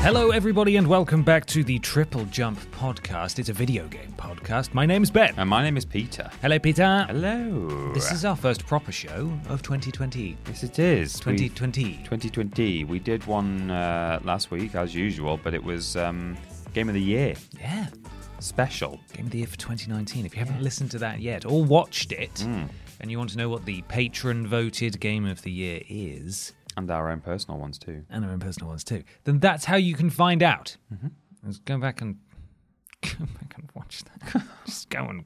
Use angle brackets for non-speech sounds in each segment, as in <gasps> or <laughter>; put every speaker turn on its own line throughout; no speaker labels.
Hello, everybody, and welcome back to the Triple Jump podcast. It's a video game podcast. My name's Ben.
And my name is Peter.
Hello, Peter.
Hello.
This is our first proper show of 2020.
Yes, it is.
2020.
We've- 2020. We did one uh, last week, as usual, but it was um, Game of the Year
Yeah.
special.
Game of the Year for 2019. If you haven't listened to that yet or watched it,
Hmm.
and you want to know what the patron voted Game of the Year is,
And our own personal ones, too.
and our own personal ones too, then that's how you can find out. Let's go back and <laughs> go back and watch that. <laughs> Just go and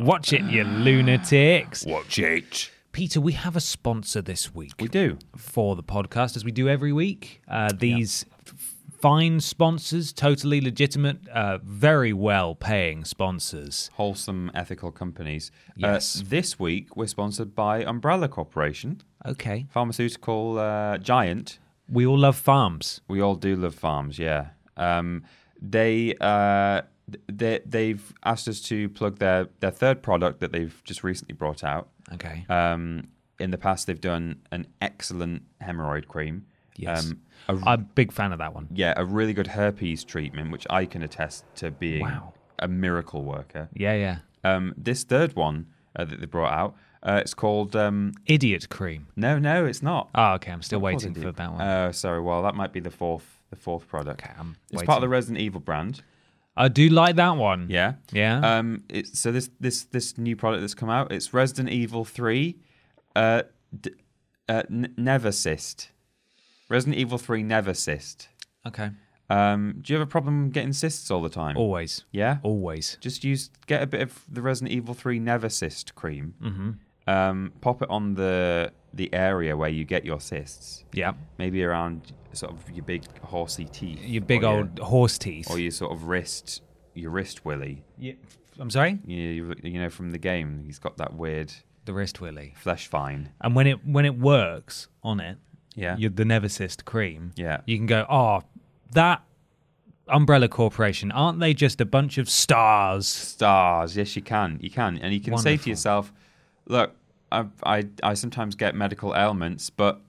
watch it, you lunatics.
Watch it.
Peter, we have a sponsor this week.
We do.
for the podcast as we do every week. Uh, these f- fine sponsors, totally legitimate, uh, very well paying sponsors.
Wholesome, ethical companies.
Yes.
Uh, this week, we're sponsored by Umbrella Corporation,
Okay.
pharmaceutical uh, giant.
We all love farms.
We all do love farms, yeah. Um, they uh, th- they they've asked us to plug their their third product that they've just recently brought out.
Okay.
Um, in the past, they've done an excellent hemorrhoid cream.
Yes.
Um, a,
I'm a big fan of that one.
yeah, a really good herpes treatment, which I can attest to being
Wow.
a miracle worker.
Yeah, yeah.
Um, this third one uh, that they brought out, uh, it's called. Um,
Idiot cream.
no, no, it's not.
Oh, okay. I'm still waiting
Positive.
for that one.
Oh, sorry. Well, that might be the fourth, the fourth product.
Okay, I'm
it's part
waiting.
of the Resident Evil brand.
I do like that one.
Yeah,
Yeah.
Um, it's, so this this this new product that's come out, it's Resident Evil Three, uh, d- uh, n- Nevercyst. Resident Evil Three Nevercyst.
okay.
Um, do you have a problem getting cysts all the time?
Always.
yeah.
Always.
Just use get a bit of the Resident Evil Three Nevercyst cream. Mm-hmm. Um, pop it on the the area where you get your cysts,
Yeah.
maybe around sort of your big horsey teeth,
Your big
or
old horse teeth.
your, or your sort of wrist, your wrist willy.
Yeah. I'm sorry?
you, you know from the game he's got that weird
The wrist willy.
flesh vine
And when it when it works on it,
yeah
you the Nevercyst cream,
Yeah.
you can go, oh, that umbrella corporation, aren't they just a bunch of stars?
stars yes you can you can and you can say to
Wonderful.
yourself look I, I i sometimes get medical ailments but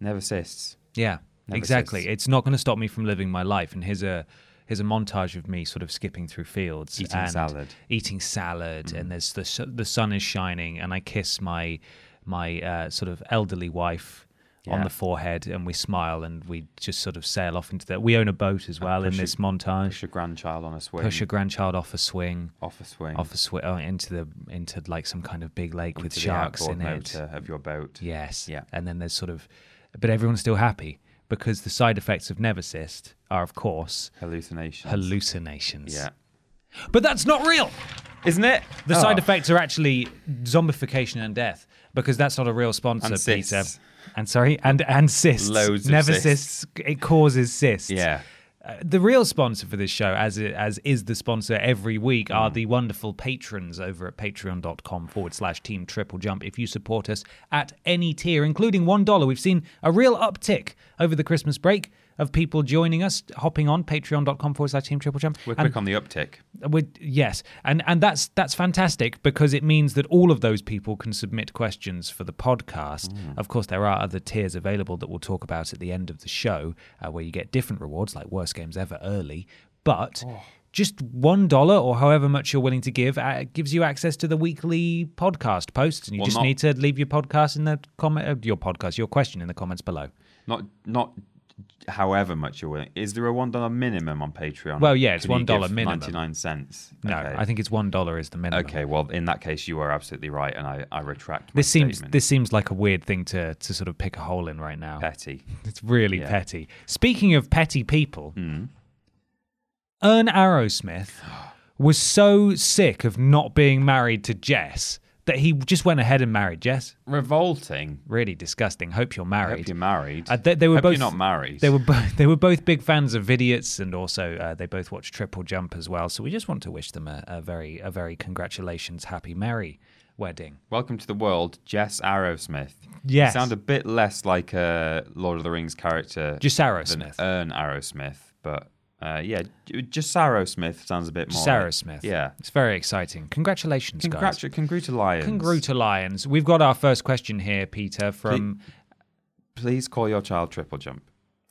never cysts
Yeah,
Never
exactly.
says.
It's not going to stop me from living my life. And here's a here's a montage of me sort of skipping through fields,
Eating
and
salad. Mm-hmm.
eating salad, and there's the su- the sun is shining, and I kiss my my uh, sort of elderly wife. On
Yeah.
the forehead, and we smile, and we just sort of sail off into that. We own a boat as well in
push
this
a-
montage.
push your grandchild on a swing
Push a grandchild off a swing.
off a swing
off a swi- oh, into the into like some kind of big lake with
into the
sharks in
outboard
it.
motor of your boat
Yes.
Yeah.
And then there's sort of, but everyone's still happy because the side effects of Nevercyst are, of course,
hallucination
hallucinations.
yeah
But that's not real.
isn't it
The
Oh.
side effects are actually zombification and death because that's not a real sponsor,
And cysts.
Peter. And sorry, and and cysts.
Loads of
Nevercysts.
cysts.
It causes cysts.
yeah
Uh, the real sponsor for this show, as it, as is the sponsor every week, are the wonderful patrons over at patreon.com forward slash team triple jump. If you support us at any tier, including $1, we've seen a real uptick over the Christmas break of people joining us, hopping on patreon.com forward slash team triple jump.
we're
And
quick on the uptick
we're- yes, and, and that's, that's fantastic because it means that all of those people can submit questions for the podcast.
Mm.
Of course, there are other tiers available that we'll talk about at the end of the show uh, where you get different rewards like Worst Games Ever early. But
Oh.
just one dollar or however much you're willing to give uh, gives you access to the weekly podcast posts, and you
Well,
just
not-
need to leave your podcast in the comment, uh, your podcast, your question in the comments below.
Not not however much you're willing. Is there a one dollar minimum on Patreon?
Well, yeah, it's
Can you give
$1 minimum.
Ninety nine cents.
No,
okay.
I think it's one dollar is the minimum.
Okay, well, in that case, you are absolutely right, and I, I retract my
This seems
statement.
this seems like a weird thing to to sort of pick a hole in right now.
petty.
It's really
Yeah. Mm.
petty. Speaking of petty people, Ern Arrowsmith
<gasps>
was so sick of not being married to Jess that he just went ahead and married Jess.
Revolting.
Really disgusting. Hope you're
I
married.
hope you're married.
Uh, they, they were
Hope
both
you're not married.
They were both <laughs> they were both big fans of Vidiots, and also uh, they both watch Triple Jump as well. So we just want to wish them a, a very a very congratulations, happy, merry wedding.
Welcome to the world, Jess Arrowsmith.
Yes.
You sound a bit less like a Lord of the Rings character.
Just Arrowsmith.
Than Ern Arrowsmith, but uh, yeah, j- just Arrowsmith sounds a bit more.
Sarah
like-
Smith.
Yeah.
It's very exciting. Congratulations, guys.
Congratu- Congratulations.
Congruta Lions. We've got our first question here, Peter, from.
Please call your child Triple Jump.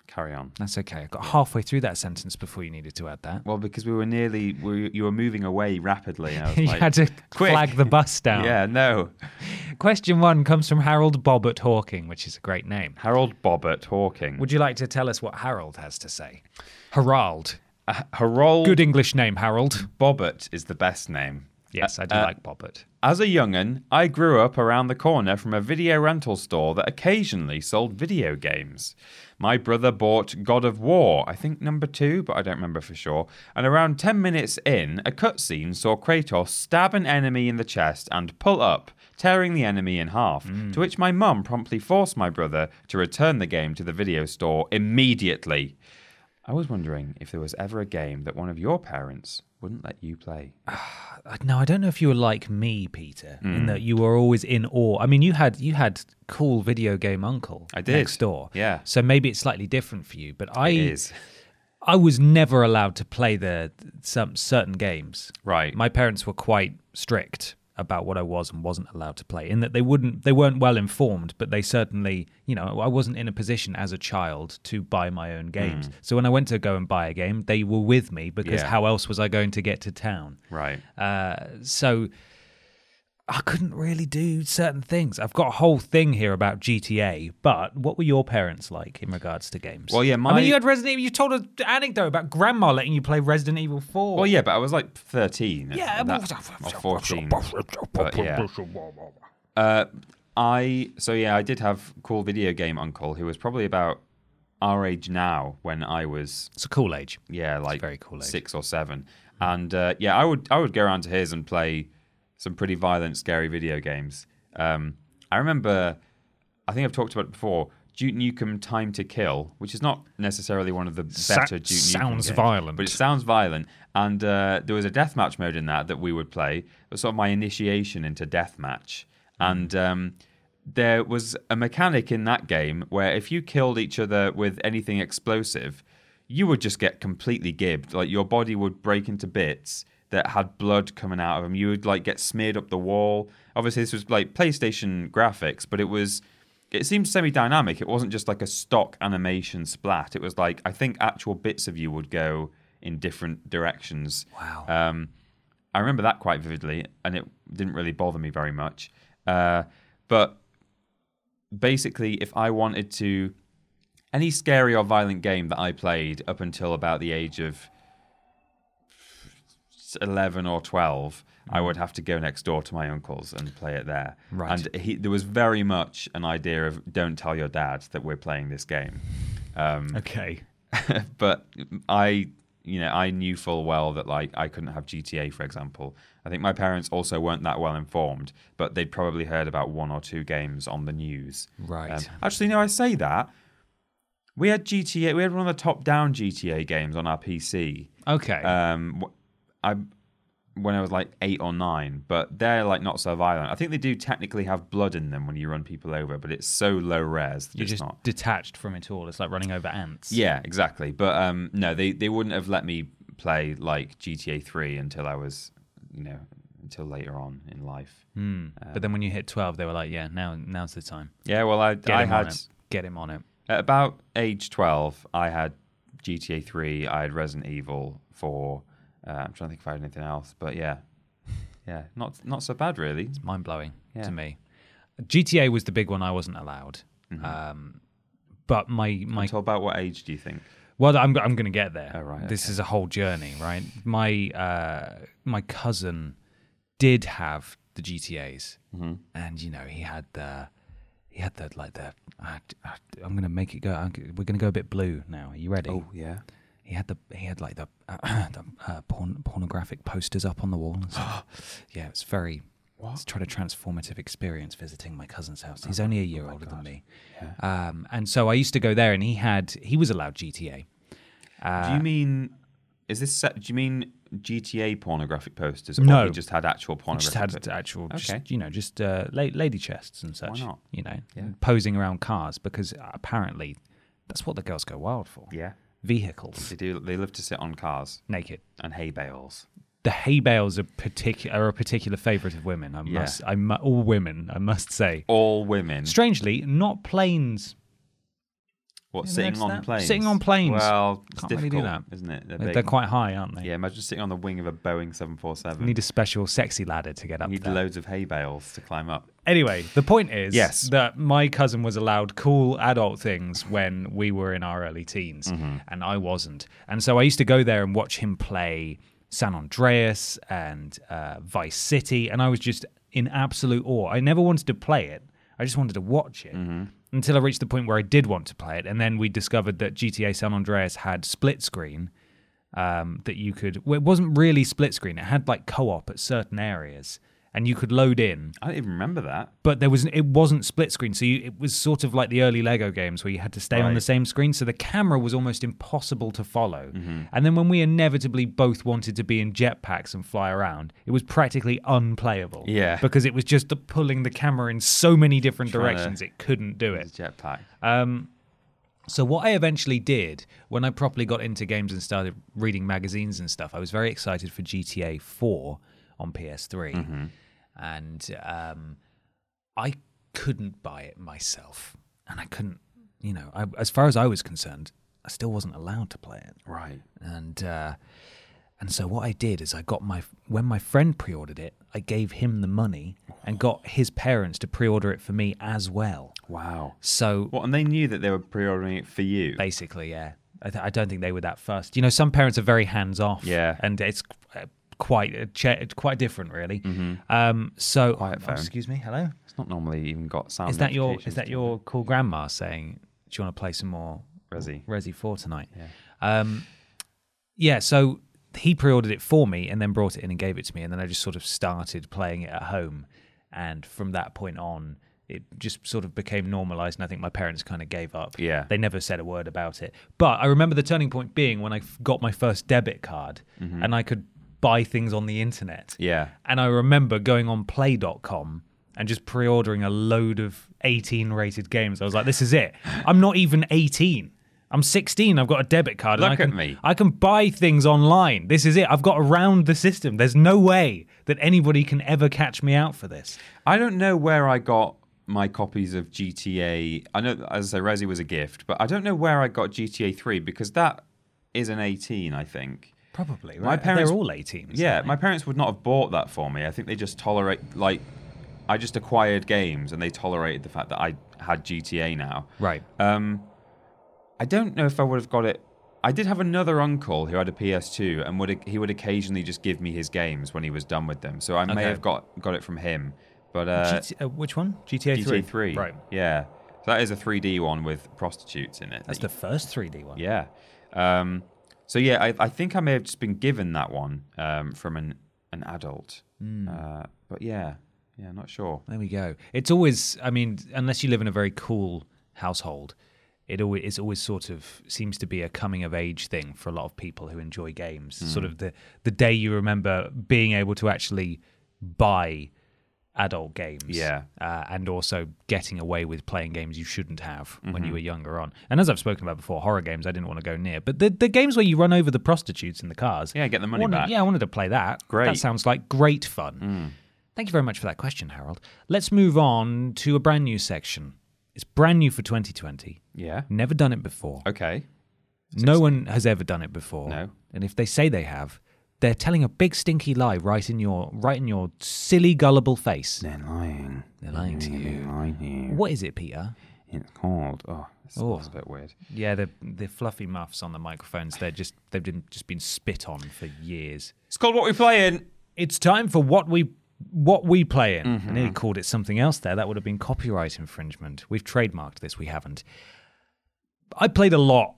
Carry on.
That's okay. I got halfway through that sentence before you needed to add that.
Well, because we were nearly, we, you were moving away rapidly. And I
<laughs>
was
you
like,
had to
<laughs> quick.
flag the
<laughs>
bus down.
Yeah, no.
Question one comes from Harold Bobbert Hawking, which is a great name.
Harold Bobbert Hawking.
Would you like to tell us what Harold has to say? Harald.
Uh, Harold
Good English name, Harold.
Bobbert is the best name.
Yes, I do
Uh,
like Bobbert.
As a young'un, I grew up around the corner from a video rental store that occasionally sold video games. My brother bought God of War, I think number two, but I don't remember for sure. And around 10 minutes in, a cutscene saw Kratos stab an enemy in the chest and pull up, tearing the enemy in half. To which my mum promptly forced my brother to return the game to the video store immediately. I was wondering if there was ever a game that one of your parents wouldn't let you play.
I- Uh, No, I don't know if you were like me, Peter,
Hmm.
in that you were always in awe. I mean, you had you had cool video game uncle
I did.
next door.
Yeah.
So maybe it's slightly different for you, but I
It is.
I was never allowed to play the some certain games.
Right.
My parents were quite strict about what I was and wasn't allowed to play in that they wouldn't they weren't well informed, but they certainly, you know, I wasn't in a position as a child to buy my own games. So when I went to go and buy a game, they were with me because
Hmm. Yeah.
how else was I going to get to town?
Right.
so I couldn't really do certain things. I've got a whole thing here about GTA, but what were your parents like in regards to games?
Well, yeah,
I
my-
mean, you had Resident Evil. You told an anecdote about grandma letting you play Resident Evil Four.
Well, yeah, but I was like 13. at-
yeah,
at that- or 14. But yeah. Uh, I so yeah, I did have cool video game uncle who was probably about our age now when I was
it's a cool age.
yeah like
very cool age. Hmm.
six or seven, and uh, yeah, I would I would go around to his and play some pretty violent, scary video games. Um, I remember, I think I've talked about it before. Duke Nukem Time to Kill, which is not necessarily one of the
Sa-
better Duke Nukem
sounds
games,
violent.
but it sounds violent. And uh, there was a deathmatch mode in that that we would play. It was sort of my initiation into deathmatch. And um, there was a mechanic in that game where if you killed each other with anything explosive, you would just get completely gibbed. Like your body would break into bits that had blood coming out of them. You would like get smeared up the wall. Obviously, this was like PlayStation graphics, but it was it seemed semi-dynamic. It wasn't just like a stock animation splat. It was like I think actual bits of you would go in different directions. Wow. Um, I remember that quite vividly, and it didn't really bother me very much. Uh, but basically, if I wanted to, any scary or violent game that I played up until about the age of eleven or twelve, I would have to go next door to my uncle's and play it there.
Right.
And he, there was very much an idea of don't tell your dad that we're playing this game.
Okay.
but I, you know, I knew full well that like I couldn't have GTA, for example. I think my parents also weren't that well informed, but they'd probably heard about one or two games on the news. Um,
Right.
actually, no, I say that. We had GTA. We had one of the top-down GTA games on our PC.
Okay.
Um, wh- I when I was like eight or nine, but they're like not so violent. I think they do technically have blood in them when you run people over, but it's so low res. That
You're
it's
just
not.
detached from it all. It's like running over ants.
Yeah, exactly. But um, no, they, they wouldn't have let me play like GTA Three until I was, you know, until later on in life.
Hmm. But then when you hit twelve, they were like, "Yeah, now now's the time.
Yeah, well, I
Get
I
him on
had
it. Get him on it."
at about age twelve, I had GTA Three, I had Resident Evil for. Uh, I'm trying to think if I had anything else, but yeah, <laughs> yeah, not not so bad really.
mind blowing
Yeah.
to me. GTA was the big one I wasn't allowed. Um, but my my
Mm-hmm. Until about what age do you think?
well, I'm I'm going to get there.
Oh, right,
This is a whole journey, right? My uh, my cousin did have the GTA's,
Mm-hmm.
and you know he had the he had the like the I, I, I'm going to make it go. I'm, g- we're going to go a bit blue now. Are you ready?
yeah.
He had the he had like the, the uh, <clears throat> porn, pornographic posters up on the wall. And stuff.
<gasps>
yeah, it's very. It's quite a transformative experience visiting my cousin's house.
Oh
He's only a year older than me, um, and so I used to go there. And he had he was allowed GTA.
do
Uh,
you mean is this? Set, do you mean GTA pornographic posters? Or
No.
he just had actual
I
pornographic.
just had
po-
actual,
Okay.
just, you know, just uh, la- lady chests and such.
not?
You know, posing around cars because apparently that's what the girls go wild for.
yeah,
Vehicles
they do. They love to sit on cars
naked.
and hay bales.
the hay bales are particular are a particular favorite of women. I
Yeah.
must, I mu- all women, I must say.
All women.
Strangely, not planes.
What
You
sitting
notice
on
that?
planes?
Sitting on planes.
Well, it's
Can't really
difficult,
do that.
isn't it?
They're,
big.
quite high, aren't they?
Yeah, imagine sitting on the wing of a Boeing seven four
You
seven.
Need a special sexy ladder to get up.
Need
there.
loads of hay bales to climb up.
Anyway, the point is
Yes.
that my cousin was allowed cool adult things when we were in our early teens, and I wasn't. And so I used to go there and watch him play San Andreas and uh, Vice City, and I was just in absolute awe. I never wanted to play it, I just wanted to watch it. Until I reached the point where I did want to play it, and then we discovered that GTA San Andreas had split screen, um, that you could. Well, it wasn't really split screen; it had like co-op at certain areas, and you could load in
I don't even remember that.
but there was it wasn't split screen so you, it was sort of like the early lego games where you had to stay on the
Right.
same screen so the camera was almost impossible to follow
Mm-hmm.
and then when we inevitably both wanted to be in jetpacks and fly around it was practically unplayable
Yeah.
because it was just the pulling the camera in so many different
Trying to-
directions it couldn't do it
It's a jetpack.
Uh, so what I eventually did when I properly got into games and started reading magazines and stuff, I was very excited for GTA 4 on PS3, and um, I couldn't buy it myself, and I couldn't, you know, I, as far as I was concerned, I still wasn't allowed to play it
right.
and uh, and so what I did is I got my when my friend pre-ordered it, I gave him the money and got his parents to pre-order it for me as well.
Wow.
So
What? And they knew that they were pre-ordering it for you.
basically, yeah. I, th- I don't think they were that first. You know, some parents are very hands off,
Yeah.
and it's uh, quite uh, cha- quite different, really. Um, so,
Mm-hmm. Quiet
Oh,
phone.
excuse me, hello.
It's not normally even got sound.
Is that your is
notifications
that
to
your cool grandma saying? Do you want to play some more
Resi?
Resi Four tonight. Yeah. Um, yeah. So he pre-ordered it for me and then brought it in and gave it to me, and then I just sort of started playing it at home, and from that point on, it just sort of became normalized. And I think my parents kind of gave up.
Yeah.
They never said a word about it, but I remember the turning point being when I f- got my first debit card
Mm-hmm.
and I could buy things on the internet.
Yeah.
And I remember going on play.com and just pre ordering a load of 18 rated games. I was like, this is it. I'm not even 18. I'm 16. I've got a debit card. and I
Look at
can,
me.
I can buy things online. This is it. I've got around the system. There's no way that anybody can ever catch me out for this.
I don't know where I got my copies of GTA. I know, as I say, Resi was a gift, but I don't know where I got GTA 3 because that is an 18, I think.
Probably,
My parents-
They're all 18.
Yeah, my parents would not have bought that for me. I think they just tolerate, like, I just acquired games and they tolerated the fact that I had GTA now.
Right.
Um, I don't know if I would have got it. I did have another uncle who had a PS2, and would he would occasionally just give me his games when he was done with them. So I may
Okay.
have got got it from him. But uh,
GT- uh, which one? GTA,
GTA 3.
Right.
Yeah. So that is a 3D one with prostitutes in it.
That's the first 3D one.
yeah. Um, so yeah, I, I think I may have just been given that one um, from an an adult.
Hmm.
Uh, but yeah, yeah, I'm not sure.
There we go. It's always, I mean, unless you live in a very cool household, it always it's always sort of seems to be a coming of age thing for a lot of people who enjoy games.
Mm.
Sort of the the day you remember being able to actually buy adult games,
Yeah.
uh, and also getting away with playing games you shouldn't have when
Mm-hmm.
you were younger on. And as I've spoken about before, horror games I didn't want to go near, but the the games where you run over the prostitutes in the cars,
Yeah, get the money
I wanted-
back.
Yeah, I wanted to play that.
Great. Mm.
That sounds like great fun. Thank you very much for that question, Harold. Let's move on to a brand new section. It's brand new for 2020.
Yeah.
Never done it before.
Okay.
No one has ever done it before.
No.
And if they say they have, they're telling a big stinky lie right in your right in your silly gullible face.
They're lying.
They're lying to you.
lying to you.
What is it, Peter?
It's called. Oh, that's,
Oh.
that's a bit weird.
Yeah, the the fluffy muffs on the microphones. They're just they've been, just been spit on for years.
It's called What We Play In.
It's time for what we what we play in. I
Mm-hmm.
nearly called it something else there. That would have been copyright infringement. We've trademarked this. We haven't. I played a lot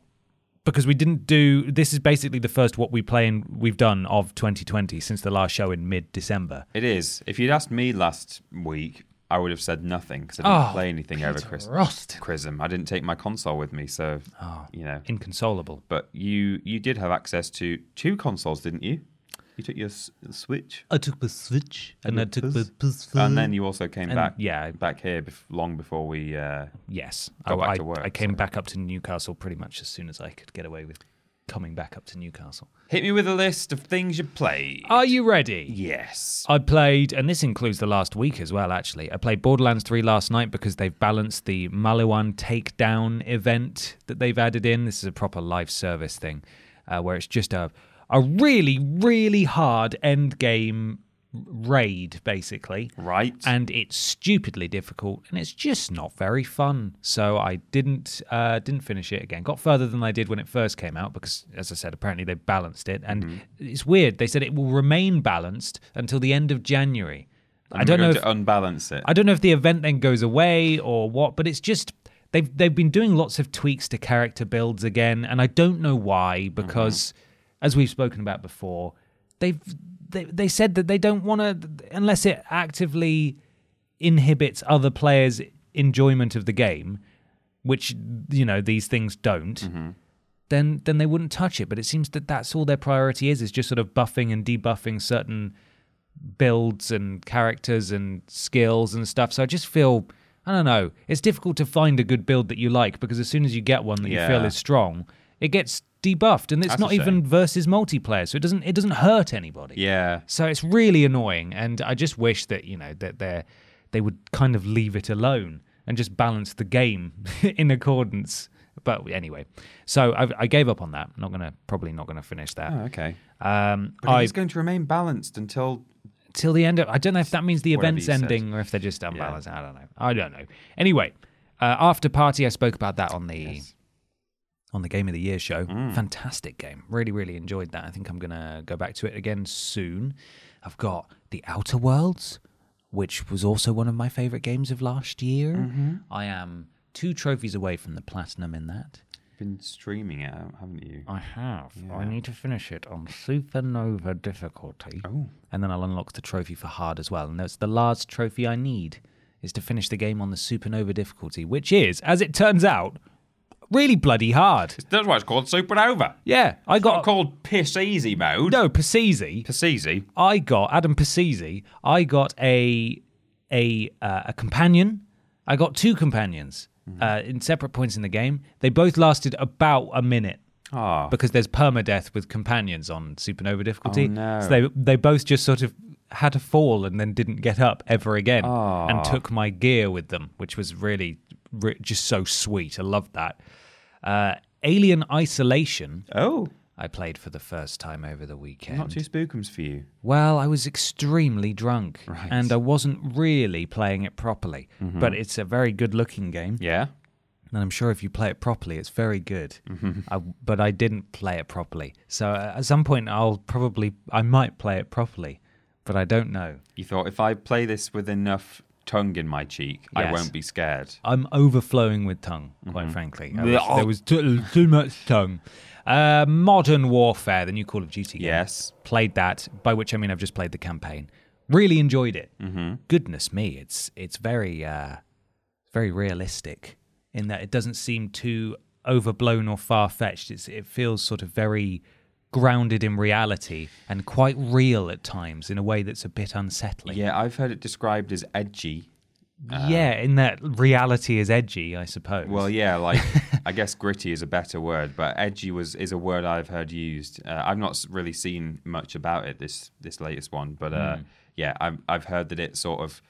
because we didn't do. This is basically the first what we play in we've done of 2020 since the last show in mid December.
It is. If you'd asked me last week, I would have said nothing because I didn't
Oh,
play anything over Christmas.
Rust.
Chrism. I didn't take my console with me, so
Oh.
you know.
Inconsolable.
But you you did have access to two consoles, didn't you? You took your s- Switch,
I took the Switch and I took the
and then you also came
And-
back.
yeah.
back here bef- long before we. Uh,
Yes, I,
Go back
I-
to work,
I came
so.
back up to Newcastle pretty much as soon as I could get away with coming back up to Newcastle.
hit me with a list of things you played.
Are you ready?
yes.
I played, and this includes the last week as well, actually. I played Borderlands 3 last night because they've balanced the Malawan takedown event that they've added in. This is a proper live service thing uh, where it's just a, a really, really hard end game raid, basically.
right.
And it's stupidly difficult, and it's just not very fun. So I didn't uh, didn't finish it again. Got further than I did when it first came out because, as I said, apparently they balanced it, and
Mm-hmm.
it's weird. They said it will remain balanced until the end of January.
And
I don't
we're
know.
going
If,
to unbalance it.
I don't know if the event then goes away or what, but it's just they've they've been doing lots of tweaks to character builds again, and I don't know why because, as we've spoken about before, they've they, they said that they don't want to unless it actively inhibits other players' enjoyment of the game, which you know these things don't. Then, then they wouldn't touch it. But it seems that that's all their priority is—is just sort of buffing and debuffing certain builds and characters and skills and stuff. So I just feel I don't know. It's difficult to find a good build that you like because as soon as you get one that
Yeah.
you feel is strong, it gets debuffed and it's
That's a
not even versus multiplayer, so it doesn't it doesn't hurt anybody.
yeah.
So it's really annoying, and I just wish that you know that they they would kind of leave it alone and just balance the game <laughs> in accordance. But anyway, so I, I gave up on that. Not gonna probably not gonna finish that.
Oh, okay.
Um,
But
I
it's going to remain balanced until
till the end of I don't know if that means the
Whatever
event's
you said.
ending or if they're just unbalanced. I don't know. I don't know. Anyway, uh, after party, I spoke about that on the on the game of the year show. Fantastic game. Really, really enjoyed that. I think I'm gonna go back to it again soon. I've got the Outer Worlds, which was also one of my favorite games of last year. I am two trophies away from the platinum in that.
been streaming it, out, haven't you?
I have. I need to finish it on supernova difficulty. Oh. And then I'll unlock the trophy for hard as well. And that's the last trophy I need is to finish the game on the supernova difficulty, which is, as it turns out, really bloody hard.
That's why it's called Supernova.
Yeah, I
Not
got
called Piss Easy Mode. E
no Pasizi.
Piss Easy.
I got Adam Pasizi. I got a a uh, a companion. I got two companions
Mm-hmm.
uh, in separate points in the game. They both lasted about a minute
Ah,
because there's permadeath with companions on supernova difficulty.
Oh, no.
So they they both just sort of had a fall and then didn't get up ever again and took my gear with them, which was really re- just so sweet. I loved that. Uh, Alien Isolation
oh,
I played for the first time over the weekend.
not two spookums for you.
Well, I was extremely drunk and I wasn't really playing it properly, but it's a very good looking game.
Mm-hmm. Yeah. Mm-hmm.
And I'm sure if you play it properly, it's very good. I, but I didn't play it properly. So uh, at some point, I'll probably, I might play it properly, but I don't know.
You thought if I play this with enough tongue in my cheek, I
Yes.
won't be scared.
I'm overflowing with tongue, quite
Mm-hmm.
frankly. I was- there was too, too much tongue. Uh, Modern Warfare, the new Call of Duty game.
Yes.
Played that, by which I mean I've just played the campaign. Really enjoyed it. Mm-hmm. Goodness me, it's it's very uh, very realistic in that it doesn't seem too overblown or far fetched. It's it feels sort of very grounded in reality and quite real at times in a way that's a bit unsettling.
Yeah, I've heard it described as edgy.
Yeah, in that reality is edgy, I suppose.
Well, yeah, like I guess gritty is a better word, but edgy was is a word I've heard used. Uh, I've not s- really seen much about it this this latest one, but uh, yeah, I've I've heard that it sort of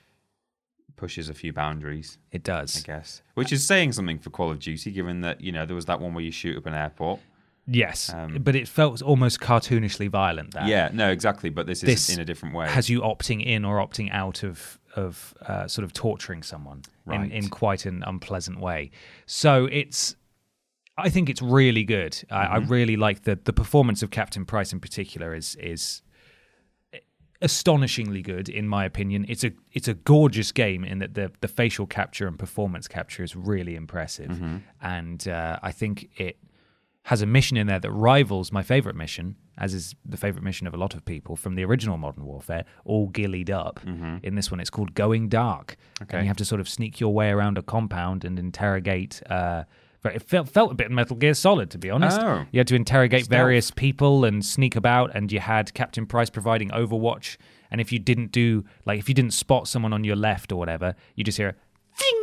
pushes a few boundaries.
it does.
I guess. Which is saying something for Call of Duty, given that, you know, there was that one where you shoot up an airport.
Yes, but it felt almost cartoonishly violent. That
Um, Yeah, no, exactly. But this is
This
in a different way.
has you opting in or opting out of of uh, sort of torturing someone
Right.
in, in quite an unpleasant way. So it's. I think it's really good. I, I
Mm-hmm.
really like the the performance of Captain Price in particular is is astonishingly good in my opinion. It's a it's a gorgeous game in that the the facial capture and performance capture is really impressive,
Mm-hmm.
and uh, I think it has a mission in there that rivals my favorite mission, as is the favorite mission of a lot of people from the original Modern Warfare, all gillied up. In this one, it's called Going Dark, and
Mm-hmm. Okay.
you have to sort of sneak your way around a compound and interrogate. Uh, but it felt, felt a bit Metal Gear Solid, to be honest.
Oh.
You had to interrogate
Stealth.
various people and sneak about, and you had Captain Price providing Overwatch. And if you didn't do, like, if you didn't spot someone on your left or whatever, you just hear a thing,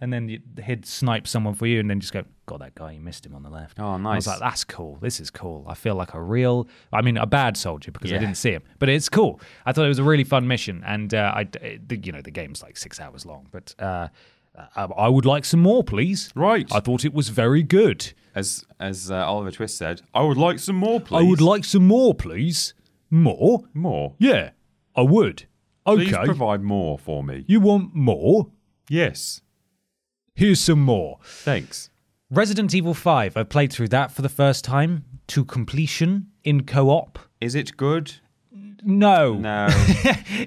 and then you, he'd snipe someone for you, and then just go, "Got that guy? You missed him on the left."
Oh,
I was
nice.
like, "That's cool. This is cool. I feel like a real, I mean, a bad soldier because I
Yeah.
didn't see him, but it's cool. I thought it was a really fun mission, and uh, I, it- the- you know, the game's like six hours long, but." uh I I would like some more, please.
Right.
I thought it was very good.
as as uh, Oliver Twist said, I would like some more, please.
I would like some more, please. More?
more.
Yeah, I would. Okay.
Please provide more for me.
you want more?
Yes,
Here's some more.
thanks.
Resident Evil 5, I played through that for the first time to completion in co op.
Is it good?
No. <laughs>
No.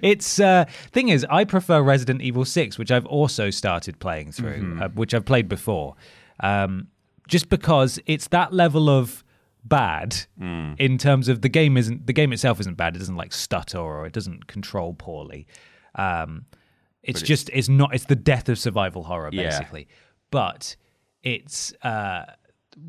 it's uh thing is I prefer Resident Evil 6 which I've also started playing through
Mm-hmm.
uh, which I've played before um just because it's that level of bad
Mm.
in terms of the game isn't the game itself isn't bad it doesn't like stutter or it doesn't control poorly um it's just it's not it's the death of survival horror
Yeah.
basically but it's uh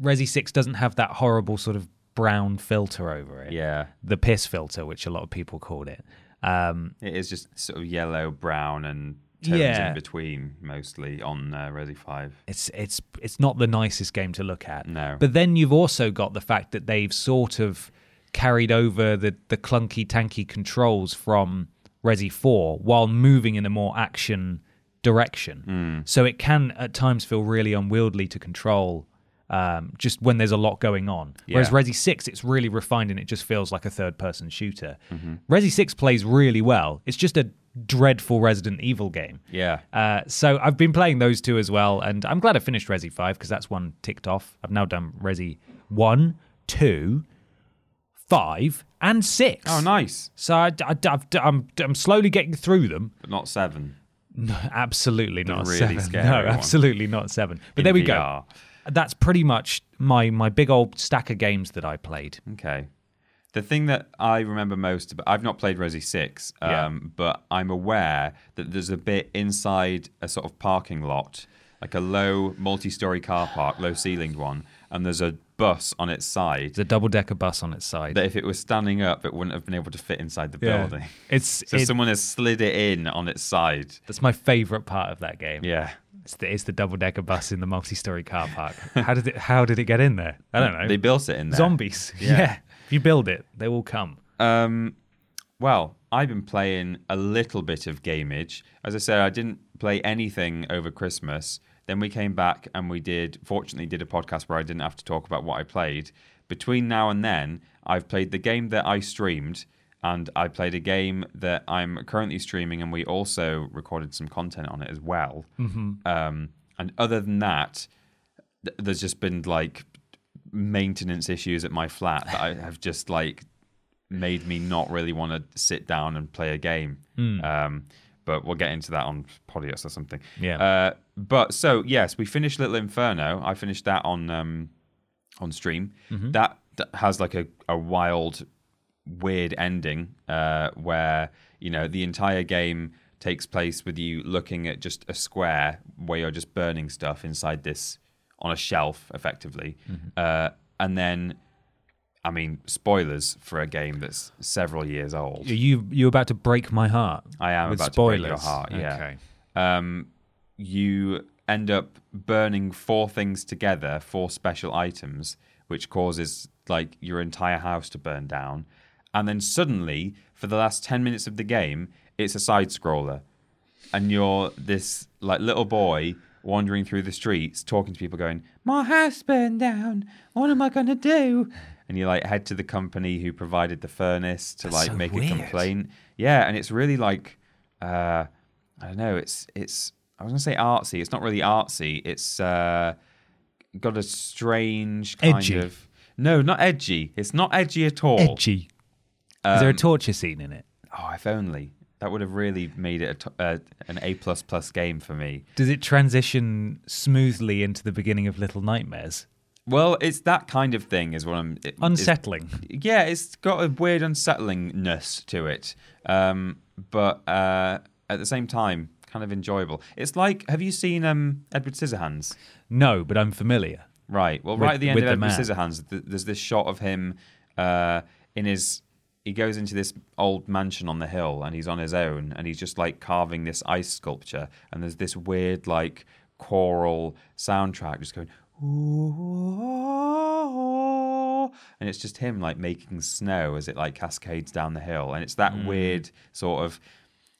Resi 6 doesn't have that horrible sort of brown filter over it
yeah,
the piss filter, which a lot of people called it. Um,
it is just sort of yellow, brown, and tones
Yeah.
in between mostly on uh, Resi Five.
it's it's it's not the nicest game to look at.
No.
But then you've also got the fact that they've sort of carried over the the clunky, tanky controls from Resi Four while moving in a more action
Hmm.
direction. So it can at times feel really unwieldy to control. Um, just when there's a lot going on. Whereas
Yeah.
Resi 6, it's really refined and it just feels like a third person shooter.
Mm-hmm.
Resi 6 plays really well. It's just a dreadful Resident Evil game.
Yeah.
Uh, so I've been playing those two as well, and I'm glad I finished Resi 5 because that's one ticked off. I've now done Resi 1, 2, 5, and 6.
Oh, nice,
So I, am I'm slowly getting through them.
but not seven.
Absolutely not
really
seven. <laughs>
scary
no,
one.
absolutely not seven. But
In
there we go.
VR.
That's pretty much my my big old stack of games that I played.
Okay. The thing that I remember most, about, I've not played Resi 6, um,
Yeah.
but I'm aware that there's a bit inside a sort of parking lot, like a low multi story car park, low ceilinged one, and there's a bus on its side
It's a double decker bus on its side.
that if it was standing up, it wouldn't have been able to fit inside the
Yeah.
building. <laughs>
It's,
So
it-
someone has slid it in on its side.
that's my favorite part of that game.
Yeah.
It's the, it's the double decker bus in the multi story car park. How did it How did it get in there? I don't know.
They built it in there.
Zombies. <laughs> Yeah. If you build it, they will come.
Um, well, I've been playing a little bit of Gameage. As I said, I didn't play anything over Christmas. Then we came back and we did, fortunately, did a podcast where I didn't have to talk about what I played. Between now and then, I've played the game that I streamed, and I played a game that I'm currently streaming, and we also recorded some content on it as well. Um, and other than that, th- there's just been like maintenance issues at my flat that I have just like made me not really want to sit down and play a game. Um, but we'll get into that on Podius or something.
Yeah.
Uh, but so yes, we finished Little Inferno. I finished that on um, on stream. That, that has like a, a wild, weird ending uh, where you know the entire game takes place with you looking at just a square where you're just burning stuff inside this on a shelf, effectively, uh, and then. I mean, spoilers for a game that's several years old.
You you about to break my heart.
I am
with
about
spoilers.
to break your heart. Yeah.
Okay.
Um, you end up burning four things together, four special items, which causes like your entire house to burn down. And then suddenly, for the last ten minutes of the game, it's a side scroller, and you're this like little boy wandering through the streets, talking to people, going, "My house burned down. What am I gonna do?" And you like head to the company who provided the furnace to like
so
make
weird.
a complaint. Yeah, and it's really like, uh, I don't know. It's it's I was gonna say artsy. It's not really artsy. It's uh, got a strange kind
Edgy.
of. No, not edgy. It's not edgy at all.
Edgy. Is
Um,
there a torture scene in it?
Oh, if only that would have really made it a t- uh, an A plus plus game for me.
Does it transition smoothly into the beginning of Little Nightmares?
Well, it's that kind of thing is what I'm it-
Unsettling.
it's- yeah, it's got a weird unsettlingness to it, um, but uh, at the same time, kind of enjoyable. It's like, have you seen um, Edward Scissorhands?
No, but I'm familiar.
Right. Well,
With-
right at the end
with
of
the
Edward
man.
Scissorhands, th- there's this shot of him uh, in his. He goes into this old mansion on the hill, and he's on his own, and he's just like carving this ice sculpture, and there's this weird like choral soundtrack just going. "Ooh," And it's just him like making snow as it like cascades down the hill, and it's that weird sort of.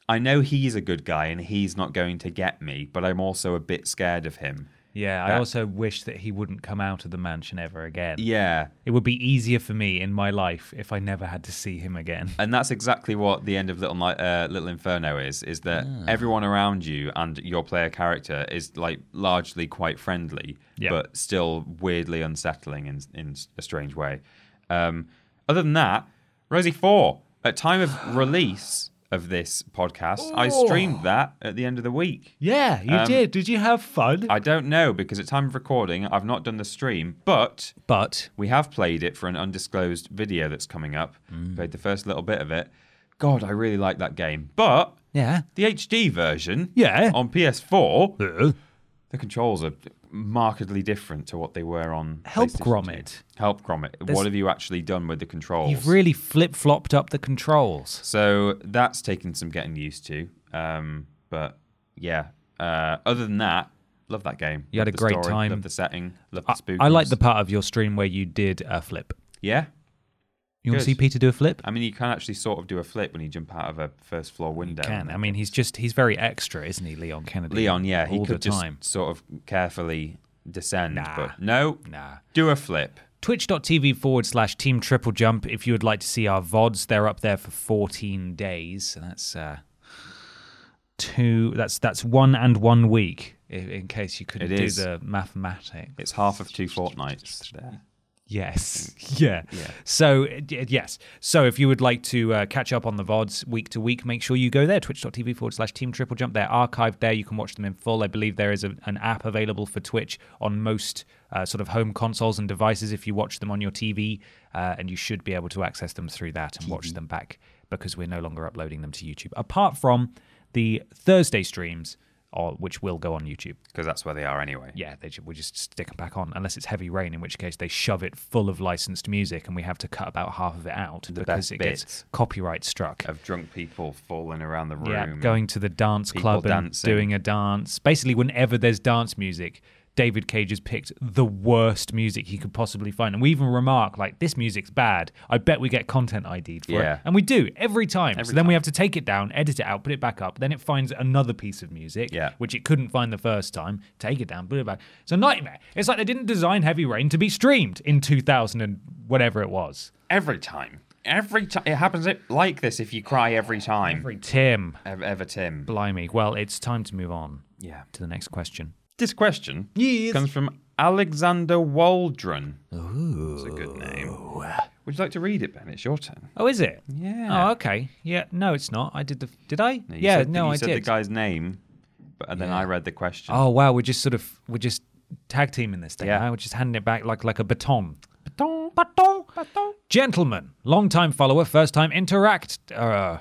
I know he's a good guy and he's not going to get me, but I'm also a bit scared of him.
Yeah, I
That-
also wish that he wouldn't come out of the mansion ever again.
Yeah,
It would be easier for me in my life if I never had to see him again.
and that's exactly what the end of Little Night, uh, Little Inferno is: is that everyone around you and your player character is like largely quite friendly,
Yeah.
but still weirdly unsettling in in a strange way. Um, other than that, Rosie Four at time of release of this podcast, I streamed that at the end of the week.
Yeah, you did. Did you have fun?
Um, I don't know because at time of recording, I've not done the stream, but
but
we have played it for an undisclosed video that's coming up.
Mm.
Played the first little bit of it. God, I really like that game. But
yeah,
the HD version
Yeah. Uh,
on PS4, the controls are markedly different to what they were on
Help
PlayStation
Gromit.
2. Help Gromit.
There's-
What have you actually done with the controls?
you've really flip flopped up the controls.
So that's taken some getting used to. Um, but yeah, uh, other than that, love that game.
You had
Love
a
the
great
story,
time.
Love the setting. Love the
I,
spookiness.
I like the part of your stream where you did a flip.
yeah.
You want to
Good.
see Peter do a flip?
I mean, you can actually sort of do a flip when you jump out of a first floor window.
Can I mean he's just he's very extra, isn't he, Leon Kennedy?
um, Leon, yeah, he
all
could
the time.
just sort of carefully descend,
Nah.
but no,
Nah.
do a flip.
twitch.tv forward slash team triple jump if you would like to see our vods they're up there for 14 days so that's uh two that's that's one and one week i- in case you couldn't
It
do
is.
the mathematics
It's half of two fortnights. There.
Yes. <laughs> Yeah. So, uh, y- yes. So, if you would like to uh, catch up on the VODs week to week, make sure you go there, twitch.tv forward slash team triple jump. They're archived there. You can watch them in full. I believe there is a, an app available for Twitch on most uh, sort of home consoles and devices if you watch them on your TV. Uh, and you should be able to access them through that and watch them back because we're no longer uploading them to YouTube, apart from the Thursday streams, or, which will go on YouTube
Because that's where they are anyway.
yeah, they ju- we just stick them back on unless it's heavy rain, in which case they shove it full of licensed music, and we have to cut about half of it out because
best
it gets
bits.
copyright struck.
Of drunk people falling around the room.
Yeah, going to the dance
people
club
dancing.
and doing a dance. Basically, whenever there's dance music, David Cage has picked the worst music he could possibly find, and we even remark like, "This music's bad." I bet we get content ID'd for
Yeah.
it, and we do every time. so then we have to take it down, edit it out, put it back up. Then it finds another piece of music,
Yeah.
which it couldn't find the first time. Take it down, put it back. It's a nightmare. It's like they didn't design Heavy Rain to be streamed in 2000 and whatever it was.
every time. Every time. It happens e, like this if you cry every time.
Every Tim,
Ev- Ever Tim.
blimey. Well, it's time to move on
yeah.
to the next question.
This question comes from Alexander Waldron. Ooh. That's a good name. Would you like to read it, Ben? It's your turn.
Oh, is it?
Yeah.
Oh, okay. Yeah. No, it's not. I did the. Did I?
You
yeah.
said-
no,
you
I
said
did.
the guy's name, but and then I read the question.
oh wow, we're just sort of we're just tag teaming this thing.
Yeah.
Right? We're just handing it back like like a baton. Baton. Baton. Baton. Gentlemen, long time follower, first time interact. Uh,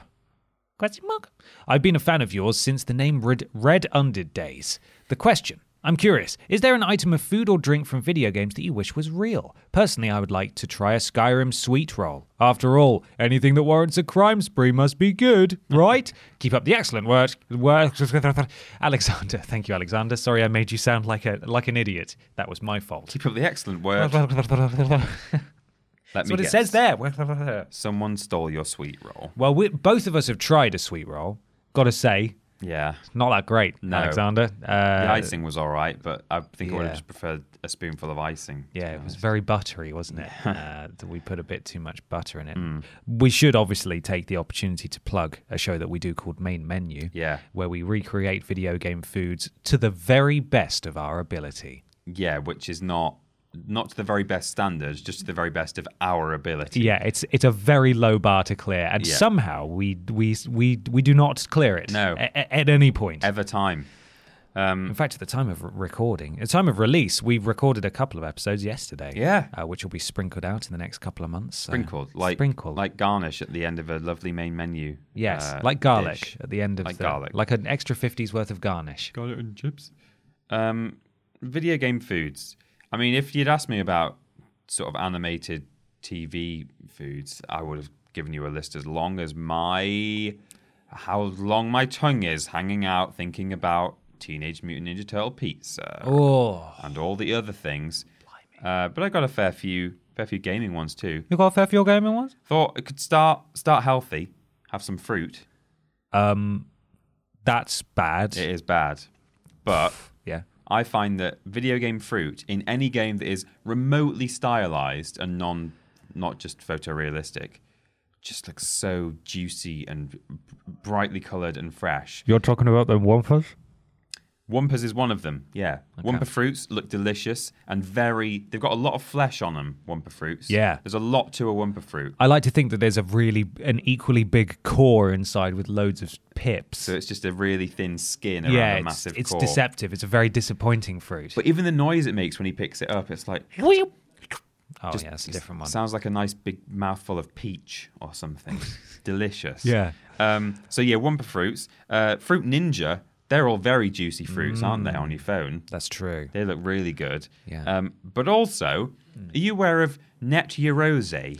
Question mark? I've been a fan of yours since the name Red, Red Undead days. The question I'm curious, is there an item of food or drink from video games that you wish was real? Personally, I would like to try a Skyrim sweet roll. After all, anything that warrants a crime spree must be
<laughs>
good, right? Keep up the excellent work, work, <laughs> Alexander. Thank you, Alexander. Sorry, I made you sound like a like an idiot. That was my fault.
Keep up the excellent
<laughs>
work.
That's what
Let me
it says
guess.
there. <laughs>
Someone stole your sweet roll.
Well, we, both of us have tried a sweet roll. Got to say,
Yeah.
Not that great,
No.
Alexander. Uh,
The icing was all right, but I think I would
yeah.
have just preferred a spoonful of icing.
Yeah, it was very buttery, wasn't
<laughs>
it? uh, that we put a bit too much butter in it.
Mm.
We should obviously take the opportunity to plug a show that we do called Main Menu,
Yeah.
where we recreate video game foods to the very best of our ability.
Yeah, which is not not to the very best standards, just to the very best of our ability.
Yeah, it's it's a very low bar to clear, and
Yeah.
somehow we we we we do not clear it.
No.
a- a- at any point.
Ever time.
Uh, In fact, at the time of re- recording, at the time of release, we recorded a couple of episodes yesterday.
Yeah.
uh, which will be sprinkled out in the next couple of months. so-
Sprinkled, like
sprinkled,
like garnish at the end of a lovely main menu.
Yes,
uh,
like garlic
dish.
at the end of
Like
the
garlic.
like an extra 50s worth of garnish.
Garlic and chips. Um, video game foods. I mean, if you'd asked me about sort of animated TV foods, I would have given you a list as long as my how long my tongue is hanging out thinking about Teenage Mutant Ninja Turtle pizza
Oh,
and all the other things. Uh, but I got a fair few, fair few gaming ones too.
you got a fair few gaming ones.
Thought it could start start healthy, have some fruit.
Um, that's bad.
It is bad, but
yeah,
I find that video game fruit in any game that is remotely stylized and non not just photorealistic just looks so juicy and b- brightly colored and fresh.
You're talking about the Wampas?
Wumpers is one of them. Yeah. Wumper fruits look delicious and very they've got a lot of flesh on them, Wumper fruits.
Yeah.
There's a lot to a Wumper fruit.
I like to think that there's a really an equally big core inside with loads of pips.
So it's just a really thin skin around
yeah,
a
it's,
massive
it's
core.
deceptive. It's a very disappointing fruit.
But even the noise it makes when he picks it up, it's like
oh
Just-
yeah, it's a different one.
Sounds like a nice big mouthful of peach
<laughs>
or something. Delicious.
Yeah.
Um, so yeah, Wumpa fruits, uh, fruit ninja. They're all very juicy fruits, aren't they? On your phone,
That's true.
they look really good.
Mm. Yeah. Mm.
Um, but also, are you aware of Net Rose, the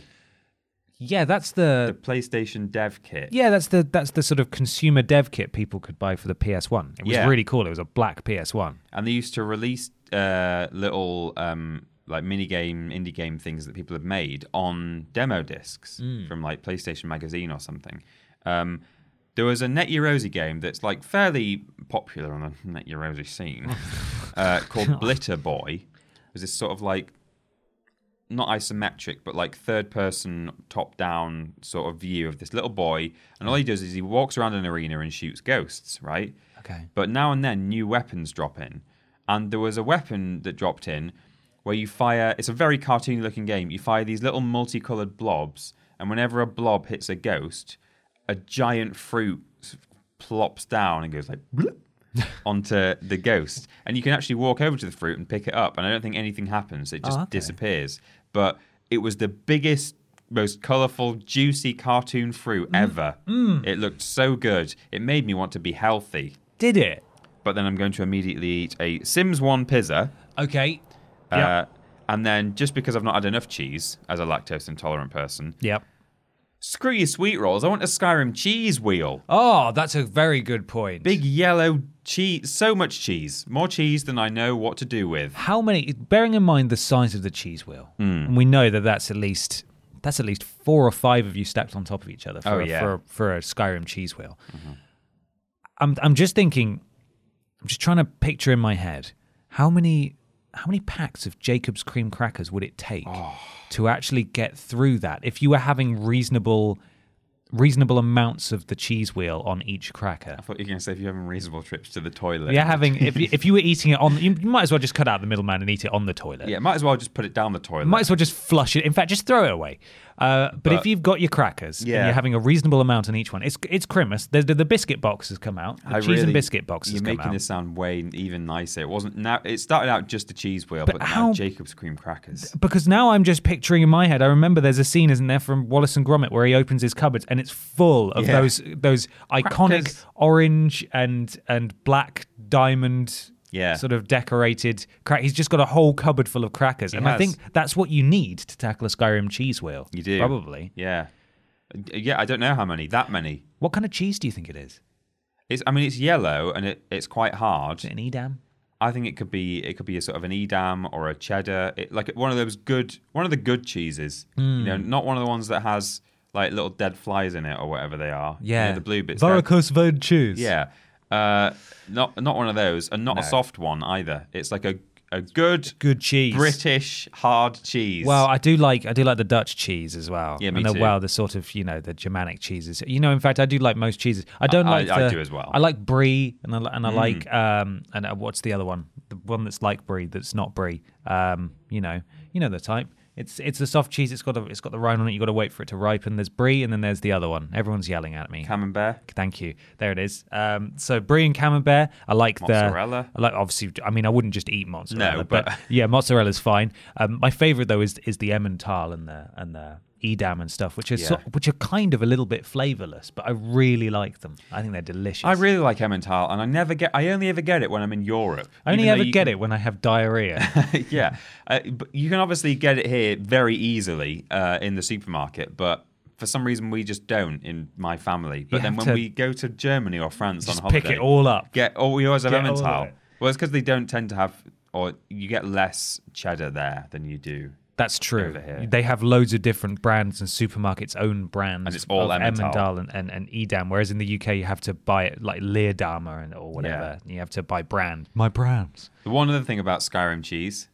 Yeah, that's the
PlayStation dev kit?
Yeah, that's the that's the sort of consumer dev kit people could buy for the PS1. It was
Yeah.
really cool. It was a black PS1.
and they used to release uh, little um, like mini game, indie game things that people had made on demo discs from like PlayStation Magazine or something. Um, there was a Net Rosie game that's like fairly popular on the Net Rosie scene uh, called Blitter Boy. It was this sort of like not isometric, but like third person, top down sort of view of this little boy. And all he does is he walks around an arena and shoots ghosts, right?
Okay.
But now and then new weapons drop in. And there was a weapon that dropped in where you fire, it's a very cartoony looking game. You fire these little multicolored blobs, and whenever a blob hits a ghost, a giant fruit s- plops down and goes like
<laughs>
bloop onto the ghost. And you can actually walk over to the fruit and pick it up. And I don't think anything happens, it just
Oh, okay.
disappears. But it was the biggest, most colourful, juicy cartoon fruit
Mm.
ever. It looked so good. It made me want to be healthy.
Did it?
But then I'm going to immediately eat a Sims 1 pizza.
Okay.
Uh, and then just because I've not had enough cheese as a lactose intolerant person,
Yep.
screw your sweet rolls. I want a Skyrim cheese wheel.
Oh, that's a very good point.
Big yellow cheese, so much cheese, more cheese than I know what to do with.
How many? Bearing in mind the size of the cheese wheel,
Hmm.
and we know that that's at least that's at least four or five of you stacked on top of each other for
Oh,
a,
yeah. Mm-hmm.
for, a- for a Skyrim cheese wheel. I'm I'm just thinking, I'm just trying to picture in my head how many how many packs of Jacob's cream crackers would it take
Oh.
to actually get through that if you were having reasonable reasonable amounts of the cheese wheel on each cracker.
I thought you were going to say if you're having reasonable trips to the toilet.
Yeah, having if you, if you were eating it on, you might as well just cut out the middleman and eat it on the toilet.
Yeah, might as well just put it down the toilet.
Might as well just flush it. In fact, just throw it away. Uh, but, if you've got your crackers and
Yeah.
you're having a reasonable amount on each one, it's it's Christmas. The, the, the biscuit box has come out. The
I
cheese
really-
and biscuit box has
You're
come
making
out.
this sound way even nicer. It wasn't now. It started out just the cheese wheel, but,
how-
now Jacob's cream crackers.
Because now I'm just picturing in my head. I remember there's a scene, isn't there, from Wallace and Gromit where he opens his cupboards and it's full of
Yeah.
those those iconic
Crackers.
orange and and black diamond.
Yeah.
Sort of decorated crack. He's just got a whole cupboard full of crackers. and I
has.
think that's what you need to tackle a Skyrim cheese wheel.
You do
Probably.
Yeah, Uh, yeah. I don't know how many. That many.
What kind of cheese do you think it is?
It's. I mean, it's yellow and it, it's quite hard.
Is it an Edam?
I think it could be it could be a sort of an Edam or a cheddar, it, like one of those good one of the good cheeses. You know, not one of the ones that has like little dead flies in it or whatever they are. You know, the blue bits. they're-
Varicose vein cheese.
Yeah, Uh, not not one of those, and not a
No.
soft one either. It's like a a good
Good cheese.
British hard cheese.
Well, I do like I do like the Dutch cheese as well.
Yeah, me
and the,
too.
Well, the sort of you know the Germanic cheeses. You know, in fact, I do like most cheeses. I don't
I-
like.
I
the-
do as well. Mm.
I like brie, and I, li- and I like um and uh, what's the other one? The one that's like brie, that's not brie. Um, you know, you know the type. It's it's the soft cheese. It's got a, it's got the rind on it. You got to wait for it to ripen. There's brie, and then there's the other one. Everyone's yelling at me.
camembert.
Thank you. There it is. Um, so brie and camembert. I like
Mozzarella.
the. I like obviously. I mean, I wouldn't just eat mozzarella,
No,
but,
but-
yeah, mozzarella's fine. Um, my favorite though is is the Emmental and the and the Edam and stuff, which is
Yeah.
so, which are kind of a little bit flavorless, but I really like them. I think they're delicious.
I really like Emmental, and I never get. I only ever get it when I'm in Europe.
I only
even though
ever
you
get
can-
it when I have
<laughs>
diarrhea.
yeah, uh, but you can obviously get it here very easily uh, in the supermarket, but for some reason we just don't in my family. But then
have
when
to-
we go to Germany or France
Just
on holiday,
pick it all up.
Get oh, we always have
Get all of
Emmental.
it.
Well, it's because they don't tend to have, or you get less cheddar there than you do.
That's true.
Over here.
They have loads of different brands and supermarkets own brands
And it's all
of
Emmental.
Emmental and, and, and Edam, whereas in the UK you have to buy it like Leerdama and or whatever. You have to buy brand. My brands.
The one other thing about Skyrim cheese.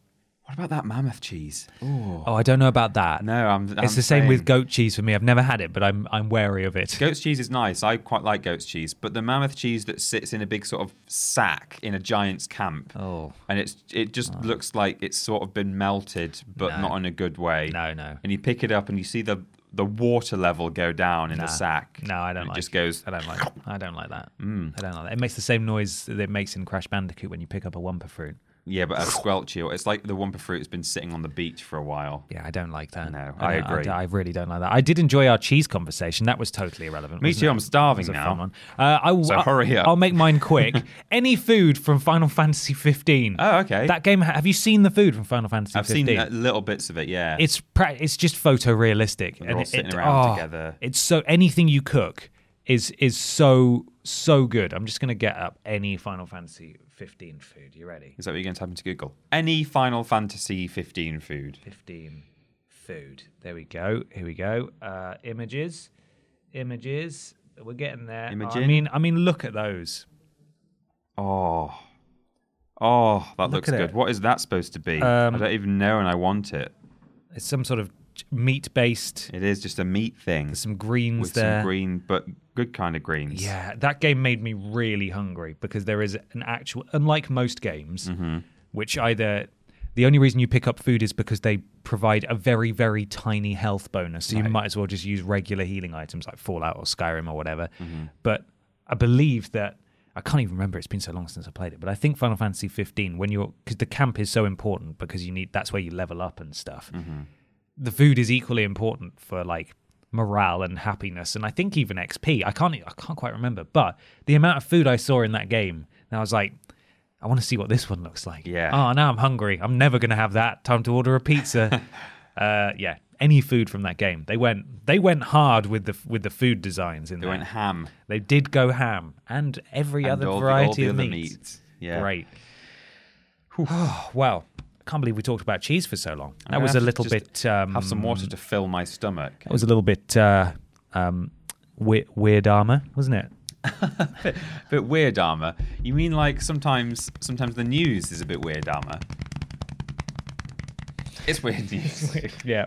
What about that mammoth cheese?
Oh, I don't know about that.
No, I'm. I'm
it's the same with
saying-
goat cheese for me. I've never had it, but I'm I'm wary of it.
Goat's cheese is nice. I quite like goat's cheese, but the mammoth cheese that sits in a big sort of sack in a giant's camp.
Oh.
And it's it just looks like it's sort of been melted, but
No.
not in a good way.
No, no.
And you pick it up and you see the the water level go down in
Nah.
the sack.
No, I don't
And
like.
It just goes. Mm.
I don't like. I don't like that. I don't like that. It makes the same noise that it makes in Crash Bandicoot when you pick up a Wumpa fruit.
Yeah, but a squelchy. It's like the Wumpa fruit has been sitting on the beach for a while.
Yeah, I don't like that.
No,
I,
I
don't-
agree.
I, really don't like that. I did enjoy our cheese conversation. That was totally irrelevant.
Me
wasn't
too,
it?
I'm starving
That was a
now.
fun one. Uh, I, will-
So
I-
hurry up.
I'll make mine
<laughs>
quick. Any food from Final Fantasy 15?
Oh, okay.
That game. Have you seen the food from Final Fantasy
I've
15?
seen uh, little bits of it. Yeah.
it's pra- it's just photorealistic
all sitting around together.
ah, It's so anything you cook is is so so good. I'm just gonna get up any Final Fantasy 15 food. You ready?
is that what you're going to type into Google? Any Final Fantasy 15 food?
15 food. There we go. Here we go. Uh, images, images. We're getting there. I
Imaging.
mean, I mean, look at those.
Oh. Oh, that looks
at it.
good.
Um,
What is that supposed to be? I don't even know and I want it.
It's some sort of meat based.
It is just a meat thing
There's some greens
with
there.
some green, but good kind of greens.
Yeah, that game made me really hungry because there is an actual, unlike most games, which either the only reason you pick up food is because they provide a very, very tiny health bonus. So you might as well just use regular healing items like Fallout or Skyrim or whatever. But I believe that. I can't even remember. It's been so long since I played it, but I think Final Fantasy 15, when you're because the camp is so important because you need that's where you level up and stuff the food is equally important for like morale and happiness and I think even XP. I can't e, I can't quite remember, but the amount of food I saw in that game, and I was like, I want to see what this one looks like.
Yeah.
Oh, now I'm hungry. I'm never gonna have that. Time to order a
<laughs>
pizza. uh, yeah. Any food from that game. They went they went hard with the with the food designs in
They
there.
went ham.
They did go ham and every
and
other
all the- all
variety
the
of
other
meats.
meats. Yeah.
Great. <sighs> well, I can't believe we talked about cheese for so long. That
I'm
was a
gonna
little
have to just
bit. Um,
Have some water to fill my stomach.
<laughs>
<laughs>
That was a little bit uh, um, weird, weird armor, wasn't it?
bit weird armor. You mean like sometimes sometimes the news is a bit weird armor? It's
<laughs>
weird news.
yeah.